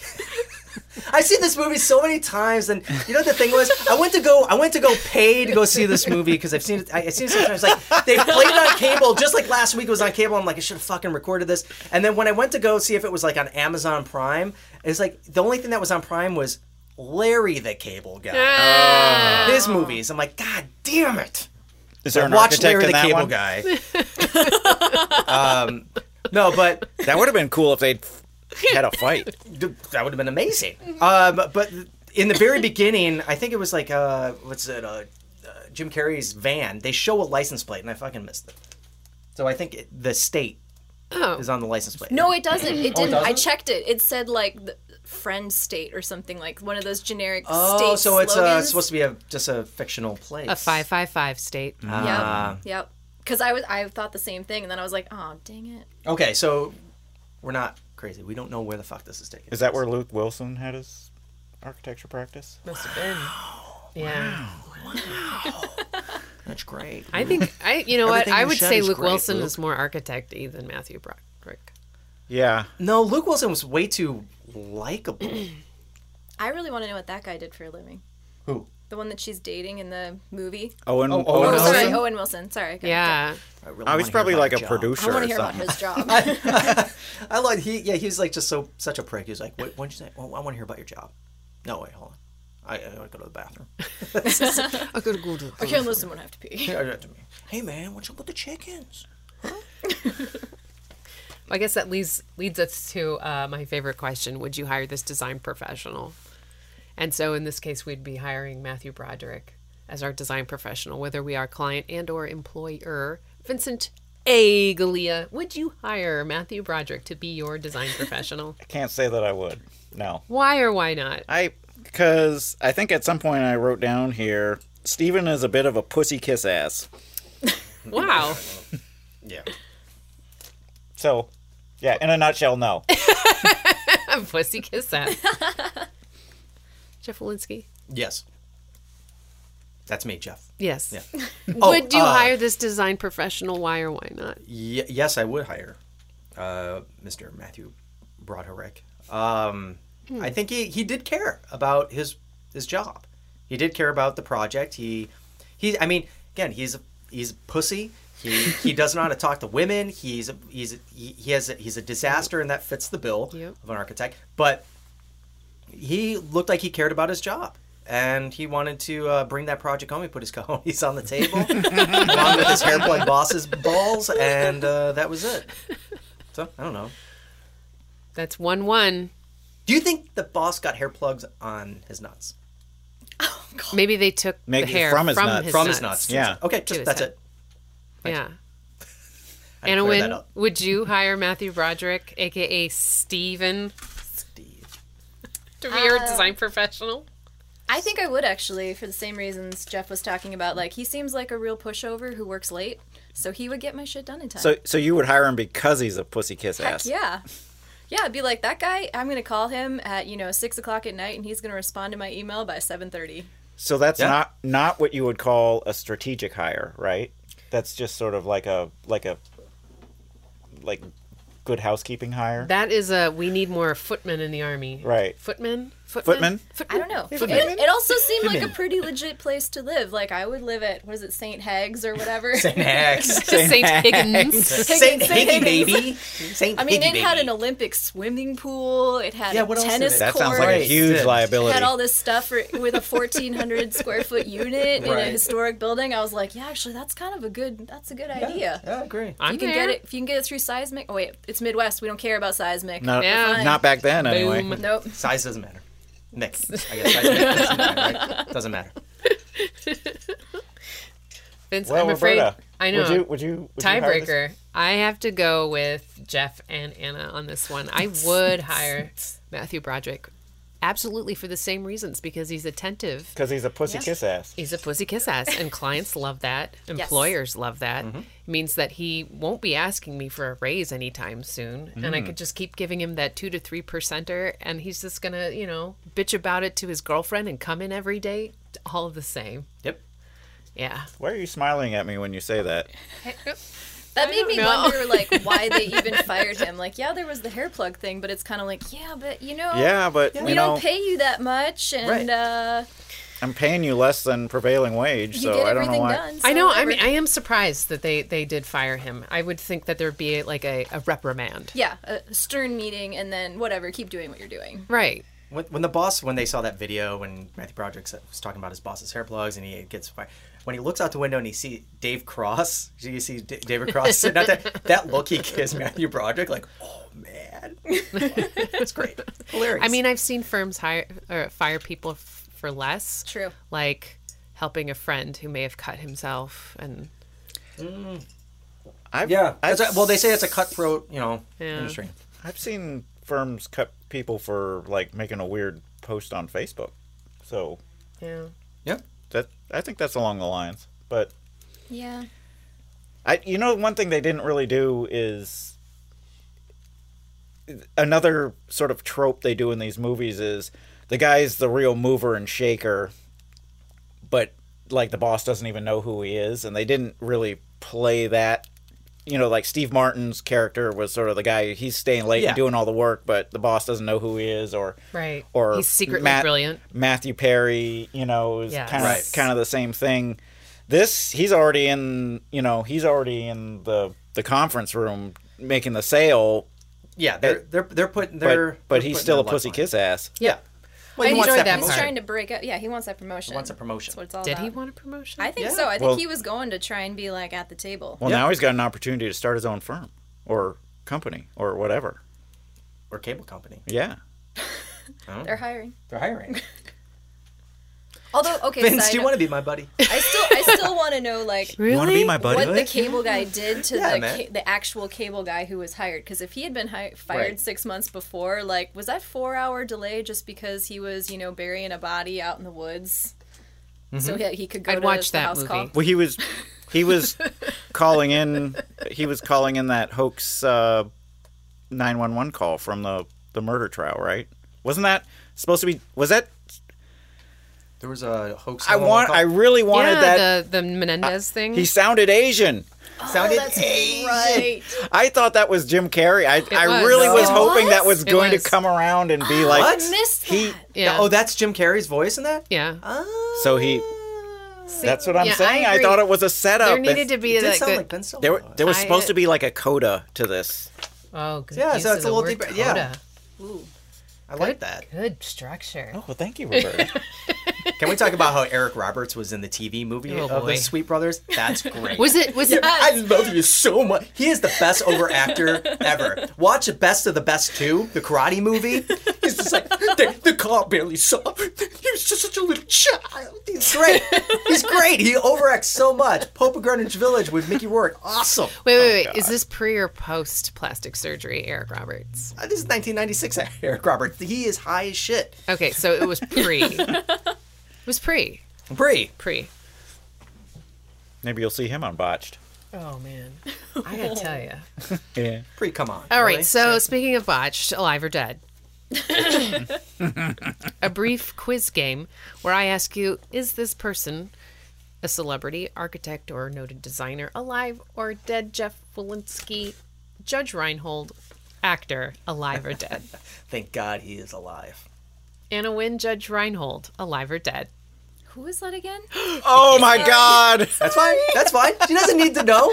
S9: I've seen this movie so many times, and you know what the thing was, I went to go, I went to go pay to go see this movie because I've seen it. I, I've seen it so many times. Like they played it on cable, just like last week it was on cable. I'm like, I should have fucking recorded this. And then when I went to go see if it was like on Amazon Prime, it's like the only thing that was on Prime was Larry the Cable Guy.
S8: Ah.
S9: His movies. I'm like, God damn it.
S7: Is there an
S9: Watch
S7: architect
S9: Larry
S7: in
S9: the
S7: that
S9: Cable
S7: one?
S9: Guy. um, no, but
S7: That would have been cool if they'd f- had a fight.
S9: th- that would have been amazing. Um, but in the very beginning, I think it was like uh, what's it? Uh, uh, Jim Carrey's van. They show a license plate, and I fucking missed it. So I think it, the state is on the license plate.
S8: Oh. No, it doesn't.
S9: Oh,
S8: It didn't. I checked it. It said like the friend state or something like one of those generic
S9: Oh,
S8: state
S9: so it's uh,
S8: slogans.
S9: supposed to be a just a fictional place.
S6: A 555 state.
S9: Ah.
S8: Yep. Yep. Because I was, I thought the same thing, and then I was like, oh, dang it.
S9: Okay, so we're not crazy. We don't know where the fuck this is taking.
S7: Is that where Luke Wilson had his architecture practice?
S6: Must have been. Yeah.
S9: That's great.
S6: I think I. You know what?
S9: Everything
S6: I
S9: you
S6: would
S9: shed
S6: say
S9: is
S6: Luke
S9: great,
S6: Wilson
S9: Luke.
S6: is more architect-y than Matthew Broderick.
S7: Yeah.
S9: No, Luke Wilson was way too likable.
S7: Oh,
S8: I really want to know what that guy did for a living.
S9: Who?
S8: The one that she's dating in the movie.
S7: Owen.
S9: Oh,
S8: Oh,
S9: Owen
S7: Wilson?
S8: sorry, Owen Wilson. Sorry. Okay.
S6: Yeah.
S9: I, really
S7: Oh, he's
S9: wanna hear
S7: probably
S9: about
S7: like a
S9: John.
S8: I
S7: producer
S8: want
S7: or
S8: to hear about
S7: something.
S8: his job.
S9: I like he. Yeah, he was like just so such a prick. He was like, "What? What'd you say? Well, I want to hear about your job." No, wait, hold on. I, I want to go to the bathroom.
S6: I could go to.
S8: I can't listen when I have to pee.
S9: Yeah, to me. Hey man, what's up with the chickens?
S6: I guess that leads leads us to uh, my favorite question: Would you hire this design professional? And so, in this case, we'd be hiring Matthew Broderick as our design professional, whether we are client and or employer. Vincent Aglia, would you hire Matthew Broderick to be your design professional?
S7: I can't say that I would. No.
S6: why or why not?
S7: I because I think at some point I wrote down here Steven is a bit of a pussy kiss ass.
S6: Wow.
S9: Yeah.
S7: So, yeah, in a nutshell, no.
S6: Pussy kiss that. Jeff Walensky?
S9: Yes. That's me, Jeff.
S6: Yes.
S9: Yeah.
S6: Would you
S9: uh,
S6: hire this design professional? Why or why not?
S9: Y- yes, I would hire uh, Mr. Matthew Broderick. Um, I think he, he did care about his his job. He did care about the project. He he. I mean, again, he's a, he's a pussy. He, he doesn't know how to talk to women. He's a, he's a, he, he has a, he's a disaster, and that fits the bill
S6: Yep.
S9: of an architect. But he looked like he cared about his job. And he wanted to uh, bring that project home. He put his cojones on the table, along with his hairplug boss's balls, and uh, that was it. So I don't know.
S6: That's 1 1.
S9: Do you think the boss got hair plugs on his nuts?
S6: Maybe they took
S7: Maybe
S6: the hair
S7: from his nuts.
S9: From his nuts.
S7: Yeah.
S9: Okay.
S6: To
S9: Just
S6: his
S9: that's
S6: head.
S9: it.
S6: Yeah.
S9: I
S6: Anna
S9: cleared
S6: Wynn,
S9: that up.
S6: would you hire Matthew Broderick, aka Steven, Ah.
S9: Steve.
S6: to be your design professional?
S8: I think I would actually, for the same reasons Jeff was talking about. Like, he seems like a real pushover who works late, so he would get my shit done in time.
S7: So, so you would hire him because he's a pussy kiss
S8: Heck
S7: ass.
S8: yeah. Yeah, I'd be like that guy. I'm gonna call him at you know six o'clock at night, and he's gonna respond to my email by seven thirty.
S7: So that's
S9: Yeah.
S7: not not what you would call a strategic hire, right? That's just sort of like a like a like good housekeeping hire.
S6: That is a we need more footmen in the army.
S7: Right.
S6: Footmen?
S7: Footmen?
S8: I don't know. It,
S7: Footmen.
S8: it also seemed like a pretty legit place to live. Like I would live at what is it, St. Hag's or whatever.
S9: Next.
S6: Just St. Higgins.
S9: Saint
S8: Saint
S9: Higgy
S8: Higgins.
S9: baby. Saint
S8: I mean,
S9: Higgy
S8: it had
S9: baby.
S8: an Olympic swimming pool. It had
S9: Yeah,
S8: a
S9: what else did
S8: tennis
S9: it-
S7: that
S8: court.
S7: sounds like a
S9: Right.
S7: huge
S9: Good.
S8: it had
S7: liability.
S8: all this stuff for, with a 1,400 square foot unit in a
S9: Right.
S8: historic building. I was like, yeah, actually, that's kind of a good. That's a good idea.
S9: Yeah, I agree.
S6: I'm
S8: You can
S6: there.
S8: get it if you can get it through seismic. Oh wait, it's Midwest. We don't care about seismic.
S7: Not,
S6: Yeah.
S7: not back then, anyway.
S6: Boom.
S8: Nope.
S9: Size doesn't matter. Nick. I guess size doesn't matter. Right? Doesn't matter.
S6: Vince,
S7: Well,
S6: I'm afraid.
S7: Roberta,
S6: I know.
S7: Would you? Would you? Would you hire this-
S6: Tiebreaker. I have to go with Jeff and Anna on this one. I would hire Matthew Broderick absolutely for the same reasons because he's attentive.
S7: Because he's a pussy kiss ass.
S6: He's a pussy kiss ass, and clients love that. Employers love that. It means that he won't be asking me for a raise anytime soon, and I could just keep giving him that two to three percenter, and he's just gonna, you know, bitch about it to his girlfriend and come in every day, all the same.
S9: Yep.
S6: Yeah,
S7: Why are you smiling at me when you say that?
S8: That made me
S6: know.
S8: wonder, like, why they even fired him. Like, yeah, there was the hair plug thing, but it's kind of like, yeah, but you know,
S7: Yeah, but
S8: Oh, we
S7: you know,
S8: don't pay you that much, and
S9: Right.
S8: uh,
S7: I'm paying you less than prevailing wage,
S8: you
S7: so
S8: get
S7: I don't know
S8: everything
S7: why.
S8: done. so
S6: I know. I
S8: whatever.
S6: mean, I am surprised that they they did fire him. I would think that there'd be like a, a reprimand,
S8: yeah, a stern meeting, and then whatever, keep doing what you're doing.
S6: right?
S9: When, when the boss, when they saw that video, when Matthew Broderick said- was talking about his boss's hair plugs and he gets fired, when he looks out the window and he sees Dave Cross, do you see D- David Cross sitting out there? That look he gives Matthew Broderick, like, oh man, that's great, hilarious.
S6: I mean, I've seen firms hire or fire people f- for less.
S8: True.
S6: Like helping a friend who may have cut himself and
S7: I've,
S9: Yeah.
S7: I've,
S9: That's a- well, they say it's a cutthroat, you know,
S6: Yeah.
S9: industry.
S7: I've seen firms cut people for like making a weird post on Facebook. So
S6: Yeah.
S9: Yeah.
S7: that I think that's along the lines. But
S8: Yeah.
S7: I, you know, one thing they didn't really do is another sort of trope they do in these movies is the guy's the real mover and shaker, but like the boss doesn't even know who he is, and they didn't really play that. You know, like Steve Martin's character was sort of the guy he's staying late
S9: Yeah.
S7: and doing all the work, but the boss doesn't know who he is, or
S6: Right.
S7: or
S6: He's secretly brilliant.
S7: Matthew Perry, you know, is
S6: Yes.
S7: kind of
S6: Right.
S7: kind of the same thing. This he's already in, you know, he's already in the the conference room making the sale,
S9: Yeah, they're they're they're putting
S7: but
S9: they're
S7: but
S9: they're
S7: he's
S9: putting
S7: still a
S9: their life
S7: pussy
S9: on it.
S7: kiss ass.
S9: Yeah. Well,
S6: I
S9: he wants
S6: enjoyed that
S8: He's
S6: part.
S8: trying to break up. Yeah, he wants that promotion.
S9: wants a promotion.
S8: That's what it's all
S6: Did
S8: about.
S6: he want a promotion?
S8: I think so. I think
S7: Well-
S8: he was going to try and be like at the table.
S7: Well, now he's got an opportunity to start his own firm or company or whatever.
S9: or cable company.
S7: Yeah.
S8: They're hiring.
S9: They're hiring.
S8: Although, okay,
S9: Vince,
S8: side
S9: do you
S8: note,
S9: want to be my buddy?
S8: I still, I still want to know like
S6: Really?
S7: You want to be my buddy?
S8: what the cable guy did to
S9: Yeah,
S8: the
S9: man.
S8: ca- the actual cable guy who was hired. Because if he had been hi- fired
S9: Right.
S8: six months before, like was that four hour delay just because he was you know burying a body out in the woods,
S9: Mm-hmm.
S8: so he, he could go
S6: I'd
S8: to
S6: watch
S8: the
S6: that
S8: house call?
S6: movie.
S7: well, he was he was calling in he was calling in that hoax uh 911 call from the the murder trial, right? Wasn't that supposed to be was that
S9: There was a hoax.
S7: I want I really wanted
S6: yeah,
S7: that
S6: the the Menendez thing.
S7: He sounded Asian.
S9: sounded
S8: Right.
S7: I thought that was Jim Carrey. I, I
S6: was.
S7: really was
S6: It
S7: hoping that
S6: was?
S7: was
S6: It
S7: going
S6: was.
S7: to come around and be like
S9: What?
S8: Missed that.
S7: he.
S6: yeah.
S9: Oh, that's Jim Carrey's voice in that.
S6: yeah.
S7: So he. That's what I'm
S6: yeah, I
S7: saying. I,
S6: agree.
S7: thought it was a setup.
S6: there
S7: and
S6: needed to be
S9: It did
S6: like
S9: sound
S6: the,
S9: like Ben Stiller.
S7: There, there was
S6: I-
S7: supposed to be like a coda to this.
S6: oh, good
S9: Yeah,
S6: use
S9: so
S6: of
S9: it's a
S6: the
S9: little
S6: word
S9: deeper- yeah.
S6: coda.
S9: I like that.
S6: Good structure.
S7: Oh, well, thank you, Roberta.
S9: Can we talk about how Eric Roberts was in the TV movie
S6: Oh,
S9: of
S6: boy.
S9: the Sweet Brothers? That's great.
S6: Was it? Was it?
S9: I love you so much. He is the best over actor ever. Watch Best of the Best 2, the karate movie. He's just like, the, the car barely saw. He was just such a little child. He's great. He's great. He overacts so much. Pope of Greenwich Village with Mickey Rourke. Awesome.
S6: Wait, wait, wait. Is this pre or post plastic surgery, Eric Roberts?
S9: Uh, This is 1996 Eric Roberts. He is high as shit.
S6: Okay, so it was pre. it was pre.
S9: Bree.
S6: Pre.
S7: Maybe you'll see him on Botched.
S6: Oh man, I gotta tell you.
S7: Yeah.
S9: Bree, come on.
S6: All right. So speaking of botched, alive or dead. a brief quiz game where I ask you: Is this person a celebrity, architect, or noted designer, alive or dead? Jeff Walensky, Judge Reinhold, actor, alive or dead?
S9: Thank God he is alive.
S6: Anna Wynn, Judge Reinhold, alive or dead?
S8: Who is that again?
S7: Oh my God!
S9: That's fine. That's fine. She doesn't need to know.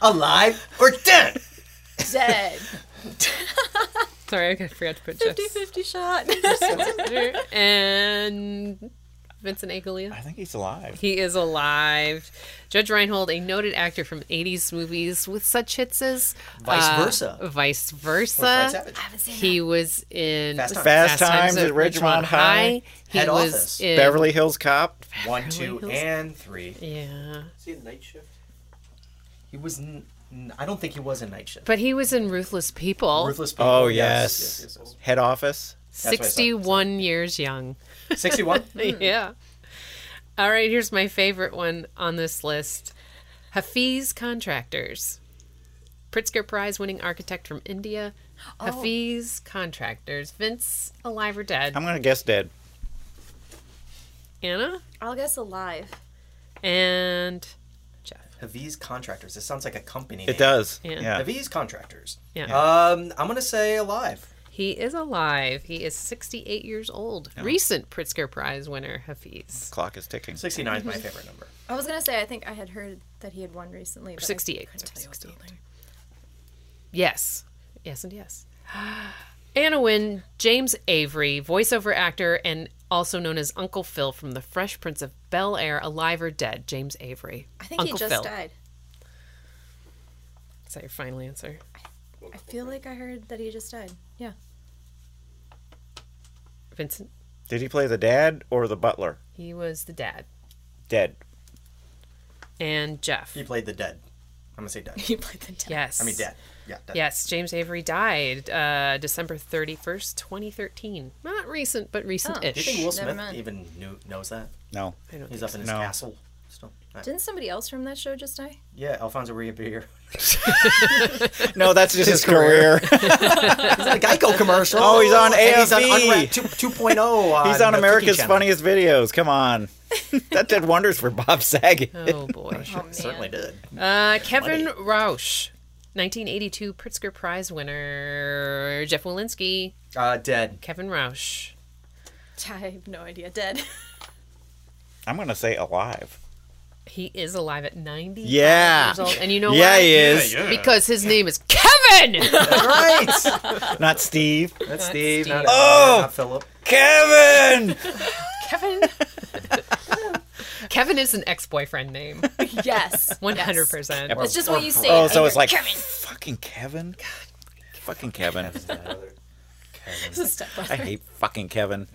S9: alive or dead.
S8: Dead.
S6: Sorry, I forgot to put
S8: 50
S6: Jeff's
S8: 50 shot.
S6: answer. and Vincent Aglia.
S7: I think he's alive.
S6: He is alive. Judge Reinhold, a noted actor from 80s movies with such hits as uh,
S9: Vice versa.
S6: Vice
S9: Fred
S6: versa.
S9: Savage.
S6: He was in
S9: Fast Times.
S7: Fast Times at Ridgemont High.
S6: He
S9: Head
S6: was
S9: Office.
S6: in
S7: Beverly Hills Cop.
S9: One, two,
S6: Hills.
S9: and three.
S6: Yeah.
S10: Is he in night shift?
S9: He was. N- n- I don't think he was in Night Shift.
S6: But he was in Ruthless People.
S9: Ruthless People.
S7: Oh
S9: yes, yes,
S7: yes.
S9: yes,
S7: Head office.
S9: what I thought.
S6: 61 years young.
S9: yes. Sixty-one.
S6: yeah. All right, here's my favorite one on this list Hafiz Contractors. Pritzker Prize winning architect from India. Hafiz Contractors. Vince, alive or dead?
S7: I'm gonna guess dead.
S6: Anna
S8: I'll guess alive.
S6: and
S9: Haviz Contractors. This sounds like a company.
S7: It does.
S6: Yeah.
S7: yeah.
S9: Haviz Contractors.
S6: yeah.
S9: Um, I'm gonna say alive.
S6: he is alive. He is 68 years old. Recent Pritzker Prize winner Hafiz.
S7: Clock is ticking.
S9: Sixty-nine is my favorite number.
S8: I was gonna say I think I had heard that he had won recently. But I
S6: 68.
S8: couldn't tell you what
S6: 68.
S8: building.
S6: Yes. Yes and yes. Anna Wynn, James Avery, voiceover actor and also known as Uncle Phil from The Fresh Prince of Bel Air, alive or dead, James Avery.
S8: I think
S6: Uncle
S8: he just
S6: Phil.
S8: died.
S6: Is that your final answer?
S8: I feel like I heard that he just died. Yeah.
S6: Vincent,
S7: Did he play the dad or the butler?
S6: he was the dad.
S7: Dead.
S6: And Jeff.
S9: He played the dead. I'm gonna say dead.
S8: He played the devil.
S6: Yes.
S9: I mean dead. Yeah. Dead.
S6: Yes, James Avery died uh, December 31st, 2013. Not recent, but recent
S9: Do you
S6: ish.
S9: think Will
S8: Never
S9: Smith
S8: mind.
S9: even knew, knows that?
S7: No.
S9: He's up in his
S7: No.
S9: castle still. Alright.
S8: Didn't somebody else from that show just die?
S9: Yeah, Alfonso Ribeiro.
S7: No, that's just his career.
S9: He's in a Geico commercial.
S7: Oh, he's on
S9: And He's on
S7: AFV.
S9: Unwrapped 2, 2.0. On
S7: He's
S9: the
S7: on
S9: Cookie
S7: America's
S9: Channel.
S7: Funniest Videos. Come on. that did wonders for Bob Saget.
S6: Oh, boy.
S9: Certainly did.
S6: Uh, Kevin Rausch, 1982 Pritzker Prize winner. Jeff Walensky,
S9: Uh, dead.
S6: Kevin Rausch.
S8: I have no idea. Dead.
S7: I'm going to say alive.
S6: He is alive at 90
S7: Yeah.
S6: years old. And you know
S7: yeah,
S6: why?
S7: he is.
S6: Because his name is Kevin!
S9: Right.
S7: Not Steve.
S9: That's Steve. Not,
S7: Oh!
S9: not Philip.
S7: Kevin!
S6: Kevin. Kevin is an ex-boyfriend name,
S8: yes.
S6: one hundred percent.
S8: It's just what you say.
S7: Oh, so
S8: You're
S7: it's like
S8: Kevin.
S7: fucking Kevin. fucking Kevin.
S8: It's a stepbrother.
S7: I hate fucking Kevin.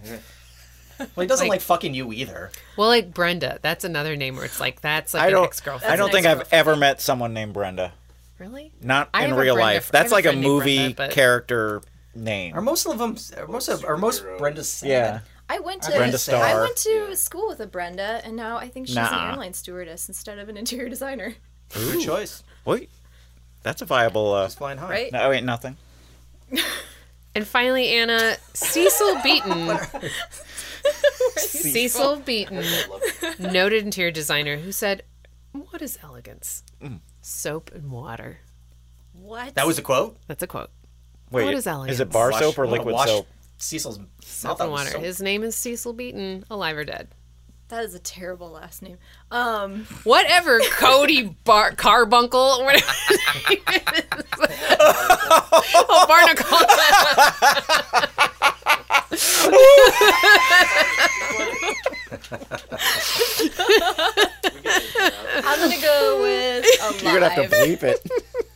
S9: Well, he doesn't like, fucking you either.
S6: Well, like Brenda, that's another name where it's like that's like
S7: I
S6: an
S7: don't.
S6: ex-girlfriend.
S7: I don't
S8: an
S7: think I've ever met someone named Brenda.
S6: really.
S7: Not
S6: I
S7: in
S6: have a
S7: real
S6: Brenda
S7: life.
S6: fr- I have
S7: That's
S6: a
S7: like a
S6: friend named
S7: movie
S6: Brenda, but-
S7: character name.
S9: Are most of them? Are most of? Are most Brenda Salmon?
S7: yeah.
S8: I went to
S7: Brenda
S8: I
S7: Starr.
S8: went to school with a Brenda, and now I think she's
S7: Nuh-uh.
S8: an airline stewardess instead of an interior designer.
S9: Good choice.
S7: Wait. That's a viable. Uh,
S9: It's flying high.
S8: Right?
S7: no, wait, nothing.
S6: And finally, Anna Cecil Beaton. Cecil Beaton, noted interior designer, who said, "What is elegance? Soap and water."
S8: What?
S9: That was a quote.
S6: That's a quote.
S7: Wait,
S6: What is
S7: is
S6: elegance?
S7: it bar
S9: Wash-
S7: soap or
S9: I'm gonna
S7: liquid
S9: wash
S7: soap?
S9: Cecil's
S6: Soap and water. His name is Cecil Beaton, alive or dead.
S8: that is a terrible last name. Um,
S6: Whatever, Cody Bar- Carbuncle, or whatever. his name is. oh, Barnacle.
S8: I'm gonna go with alive.
S7: You're gonna have to bleep it.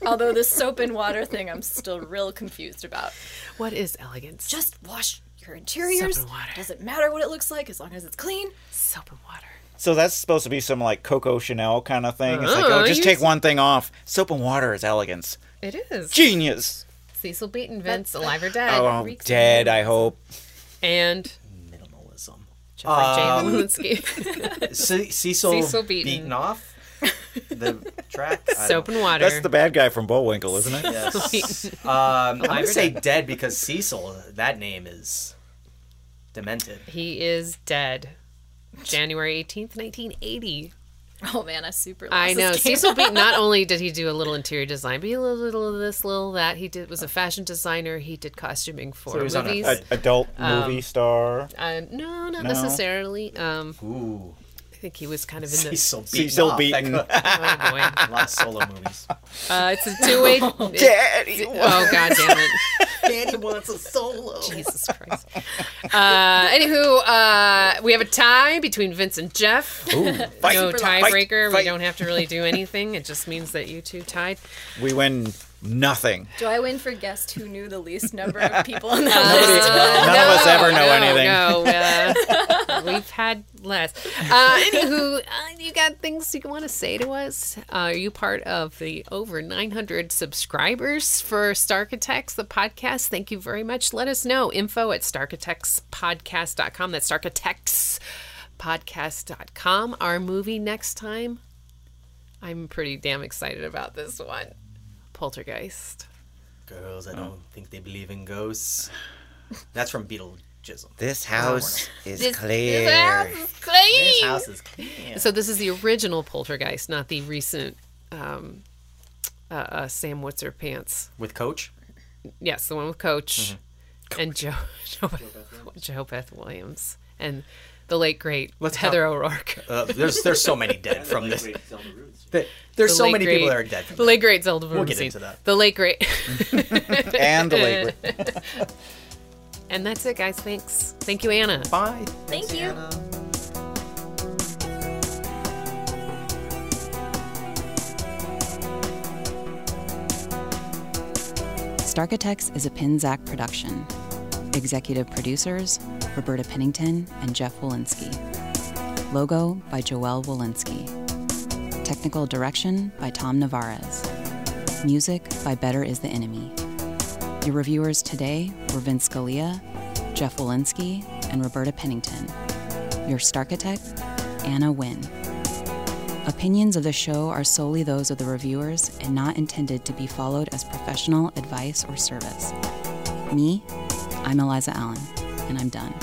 S8: Although this soap and water thing, I'm still real confused about.
S6: What is elegance? Just
S8: Just wash your interiors.
S6: Soap and water.
S8: Doesn't matter what it looks like as long as it's clean.
S6: soap and water.
S7: So that's supposed to be some like Coco Chanel kind of thing. It's like, oh, just
S6: you-
S7: take one thing off. Soap and water is elegance.
S6: It is.
S7: Genius.
S6: Cecil Beaton, Vince, alive or dead.
S7: Oh, I'm dead. I hope.
S6: And
S9: Minimalism.
S6: Jeffrey J. Walensky.
S9: C- Cecil,
S6: Cecil Beaton.
S9: beaten. off the track. I uh,
S6: soap and water.
S7: That's the bad guy from Bullwinkle, isn't it?
S9: don't- yes.
S6: Beaton.
S9: Um, I
S6: or
S9: would say dead because Cecil. That name is demented.
S6: He is dead. January 18th, 1980.
S8: Oh man, I super. Lost
S6: I
S8: this
S6: know.
S8: game.
S6: Cecil Beaton, not only did he do a little interior design, but he did a little of this, little of that. He did was a fashion designer. He did costuming for
S9: he was on a-
S6: movies.
S7: A, adult
S6: Um,
S7: movie star.
S6: Uh, no, not necessarily. Um,
S9: Ooh.
S6: I think he was kind of in the.
S9: Cecil beaten.
S7: Cecil
S9: off.
S7: Beaton.
S9: That
S6: Oh, boy.
S9: could- A lot of solo movies.
S6: Uh, it's a two-way.
S7: Daddy.
S6: Oh god damn it.
S9: Danny wants a solo.
S6: Jesus Christ. Uh, anywho, uh, we have a tie between Vince and Jeff.
S7: Fight,
S6: no
S7: fight,
S6: tiebreaker. We
S7: fight.
S6: don't have to really do anything. It just means that you two tied.
S7: We win nothing.
S8: Do I win for guest who knew the least number of people in
S6: Uh,
S8: that list?
S7: None of us ever know
S6: no,
S7: anything.
S6: No, uh, we've had less. Uh, anywho, uh, you got things you want to say to us? Uh, are you part of the over 900 subscribers for Starkitects, the podcast? Thank you very much. Let us know. Info at starkitectspodcast.com. That's starkitectspodcast.com. Our movie next time. I'm pretty damn excited about this one. Poltergeist.
S9: Girls, I don't think they believe in ghosts. That's from Beetlejuism.
S7: This house is clear.
S9: This house is clean.
S6: So this is the original Poltergeist, not the recent um, uh, uh, Sam What's Her Pants.
S9: With Coach? Mm-hmm.
S6: Yes, the one with Coach and Joe, Joe, Joe Beth Williams and the late great
S9: Let's
S6: Heather O'Rourke.
S9: Uh, there's there's so many dead from this. There-
S6: The
S9: There's so
S6: late
S9: many people
S6: great-
S9: that are dead.
S6: The
S9: From
S6: late great Zelda
S9: We'll get
S6: Bernstein.
S9: into that.
S6: The late great,
S7: and the late.
S6: and that's it, guys. Thanks. Thank you, Anna.
S9: Bye.
S8: Thank you.
S5: Starkitects is a Pinzack production. Executive producers Roberta Pennington and Jeff Walensky. Logo by Joelle Walensky. Technical direction by Tom Navarez. Music by Better Is the Enemy. Your reviewers today were Vince Scalia, Jeff Walensky, and Roberta Pennington. Your Starchitect, Anna Wynn. Opinions of the show are solely those of the reviewers and not intended to be followed as professional advice or service. Me, I'm Eliza Allen, and I'm done.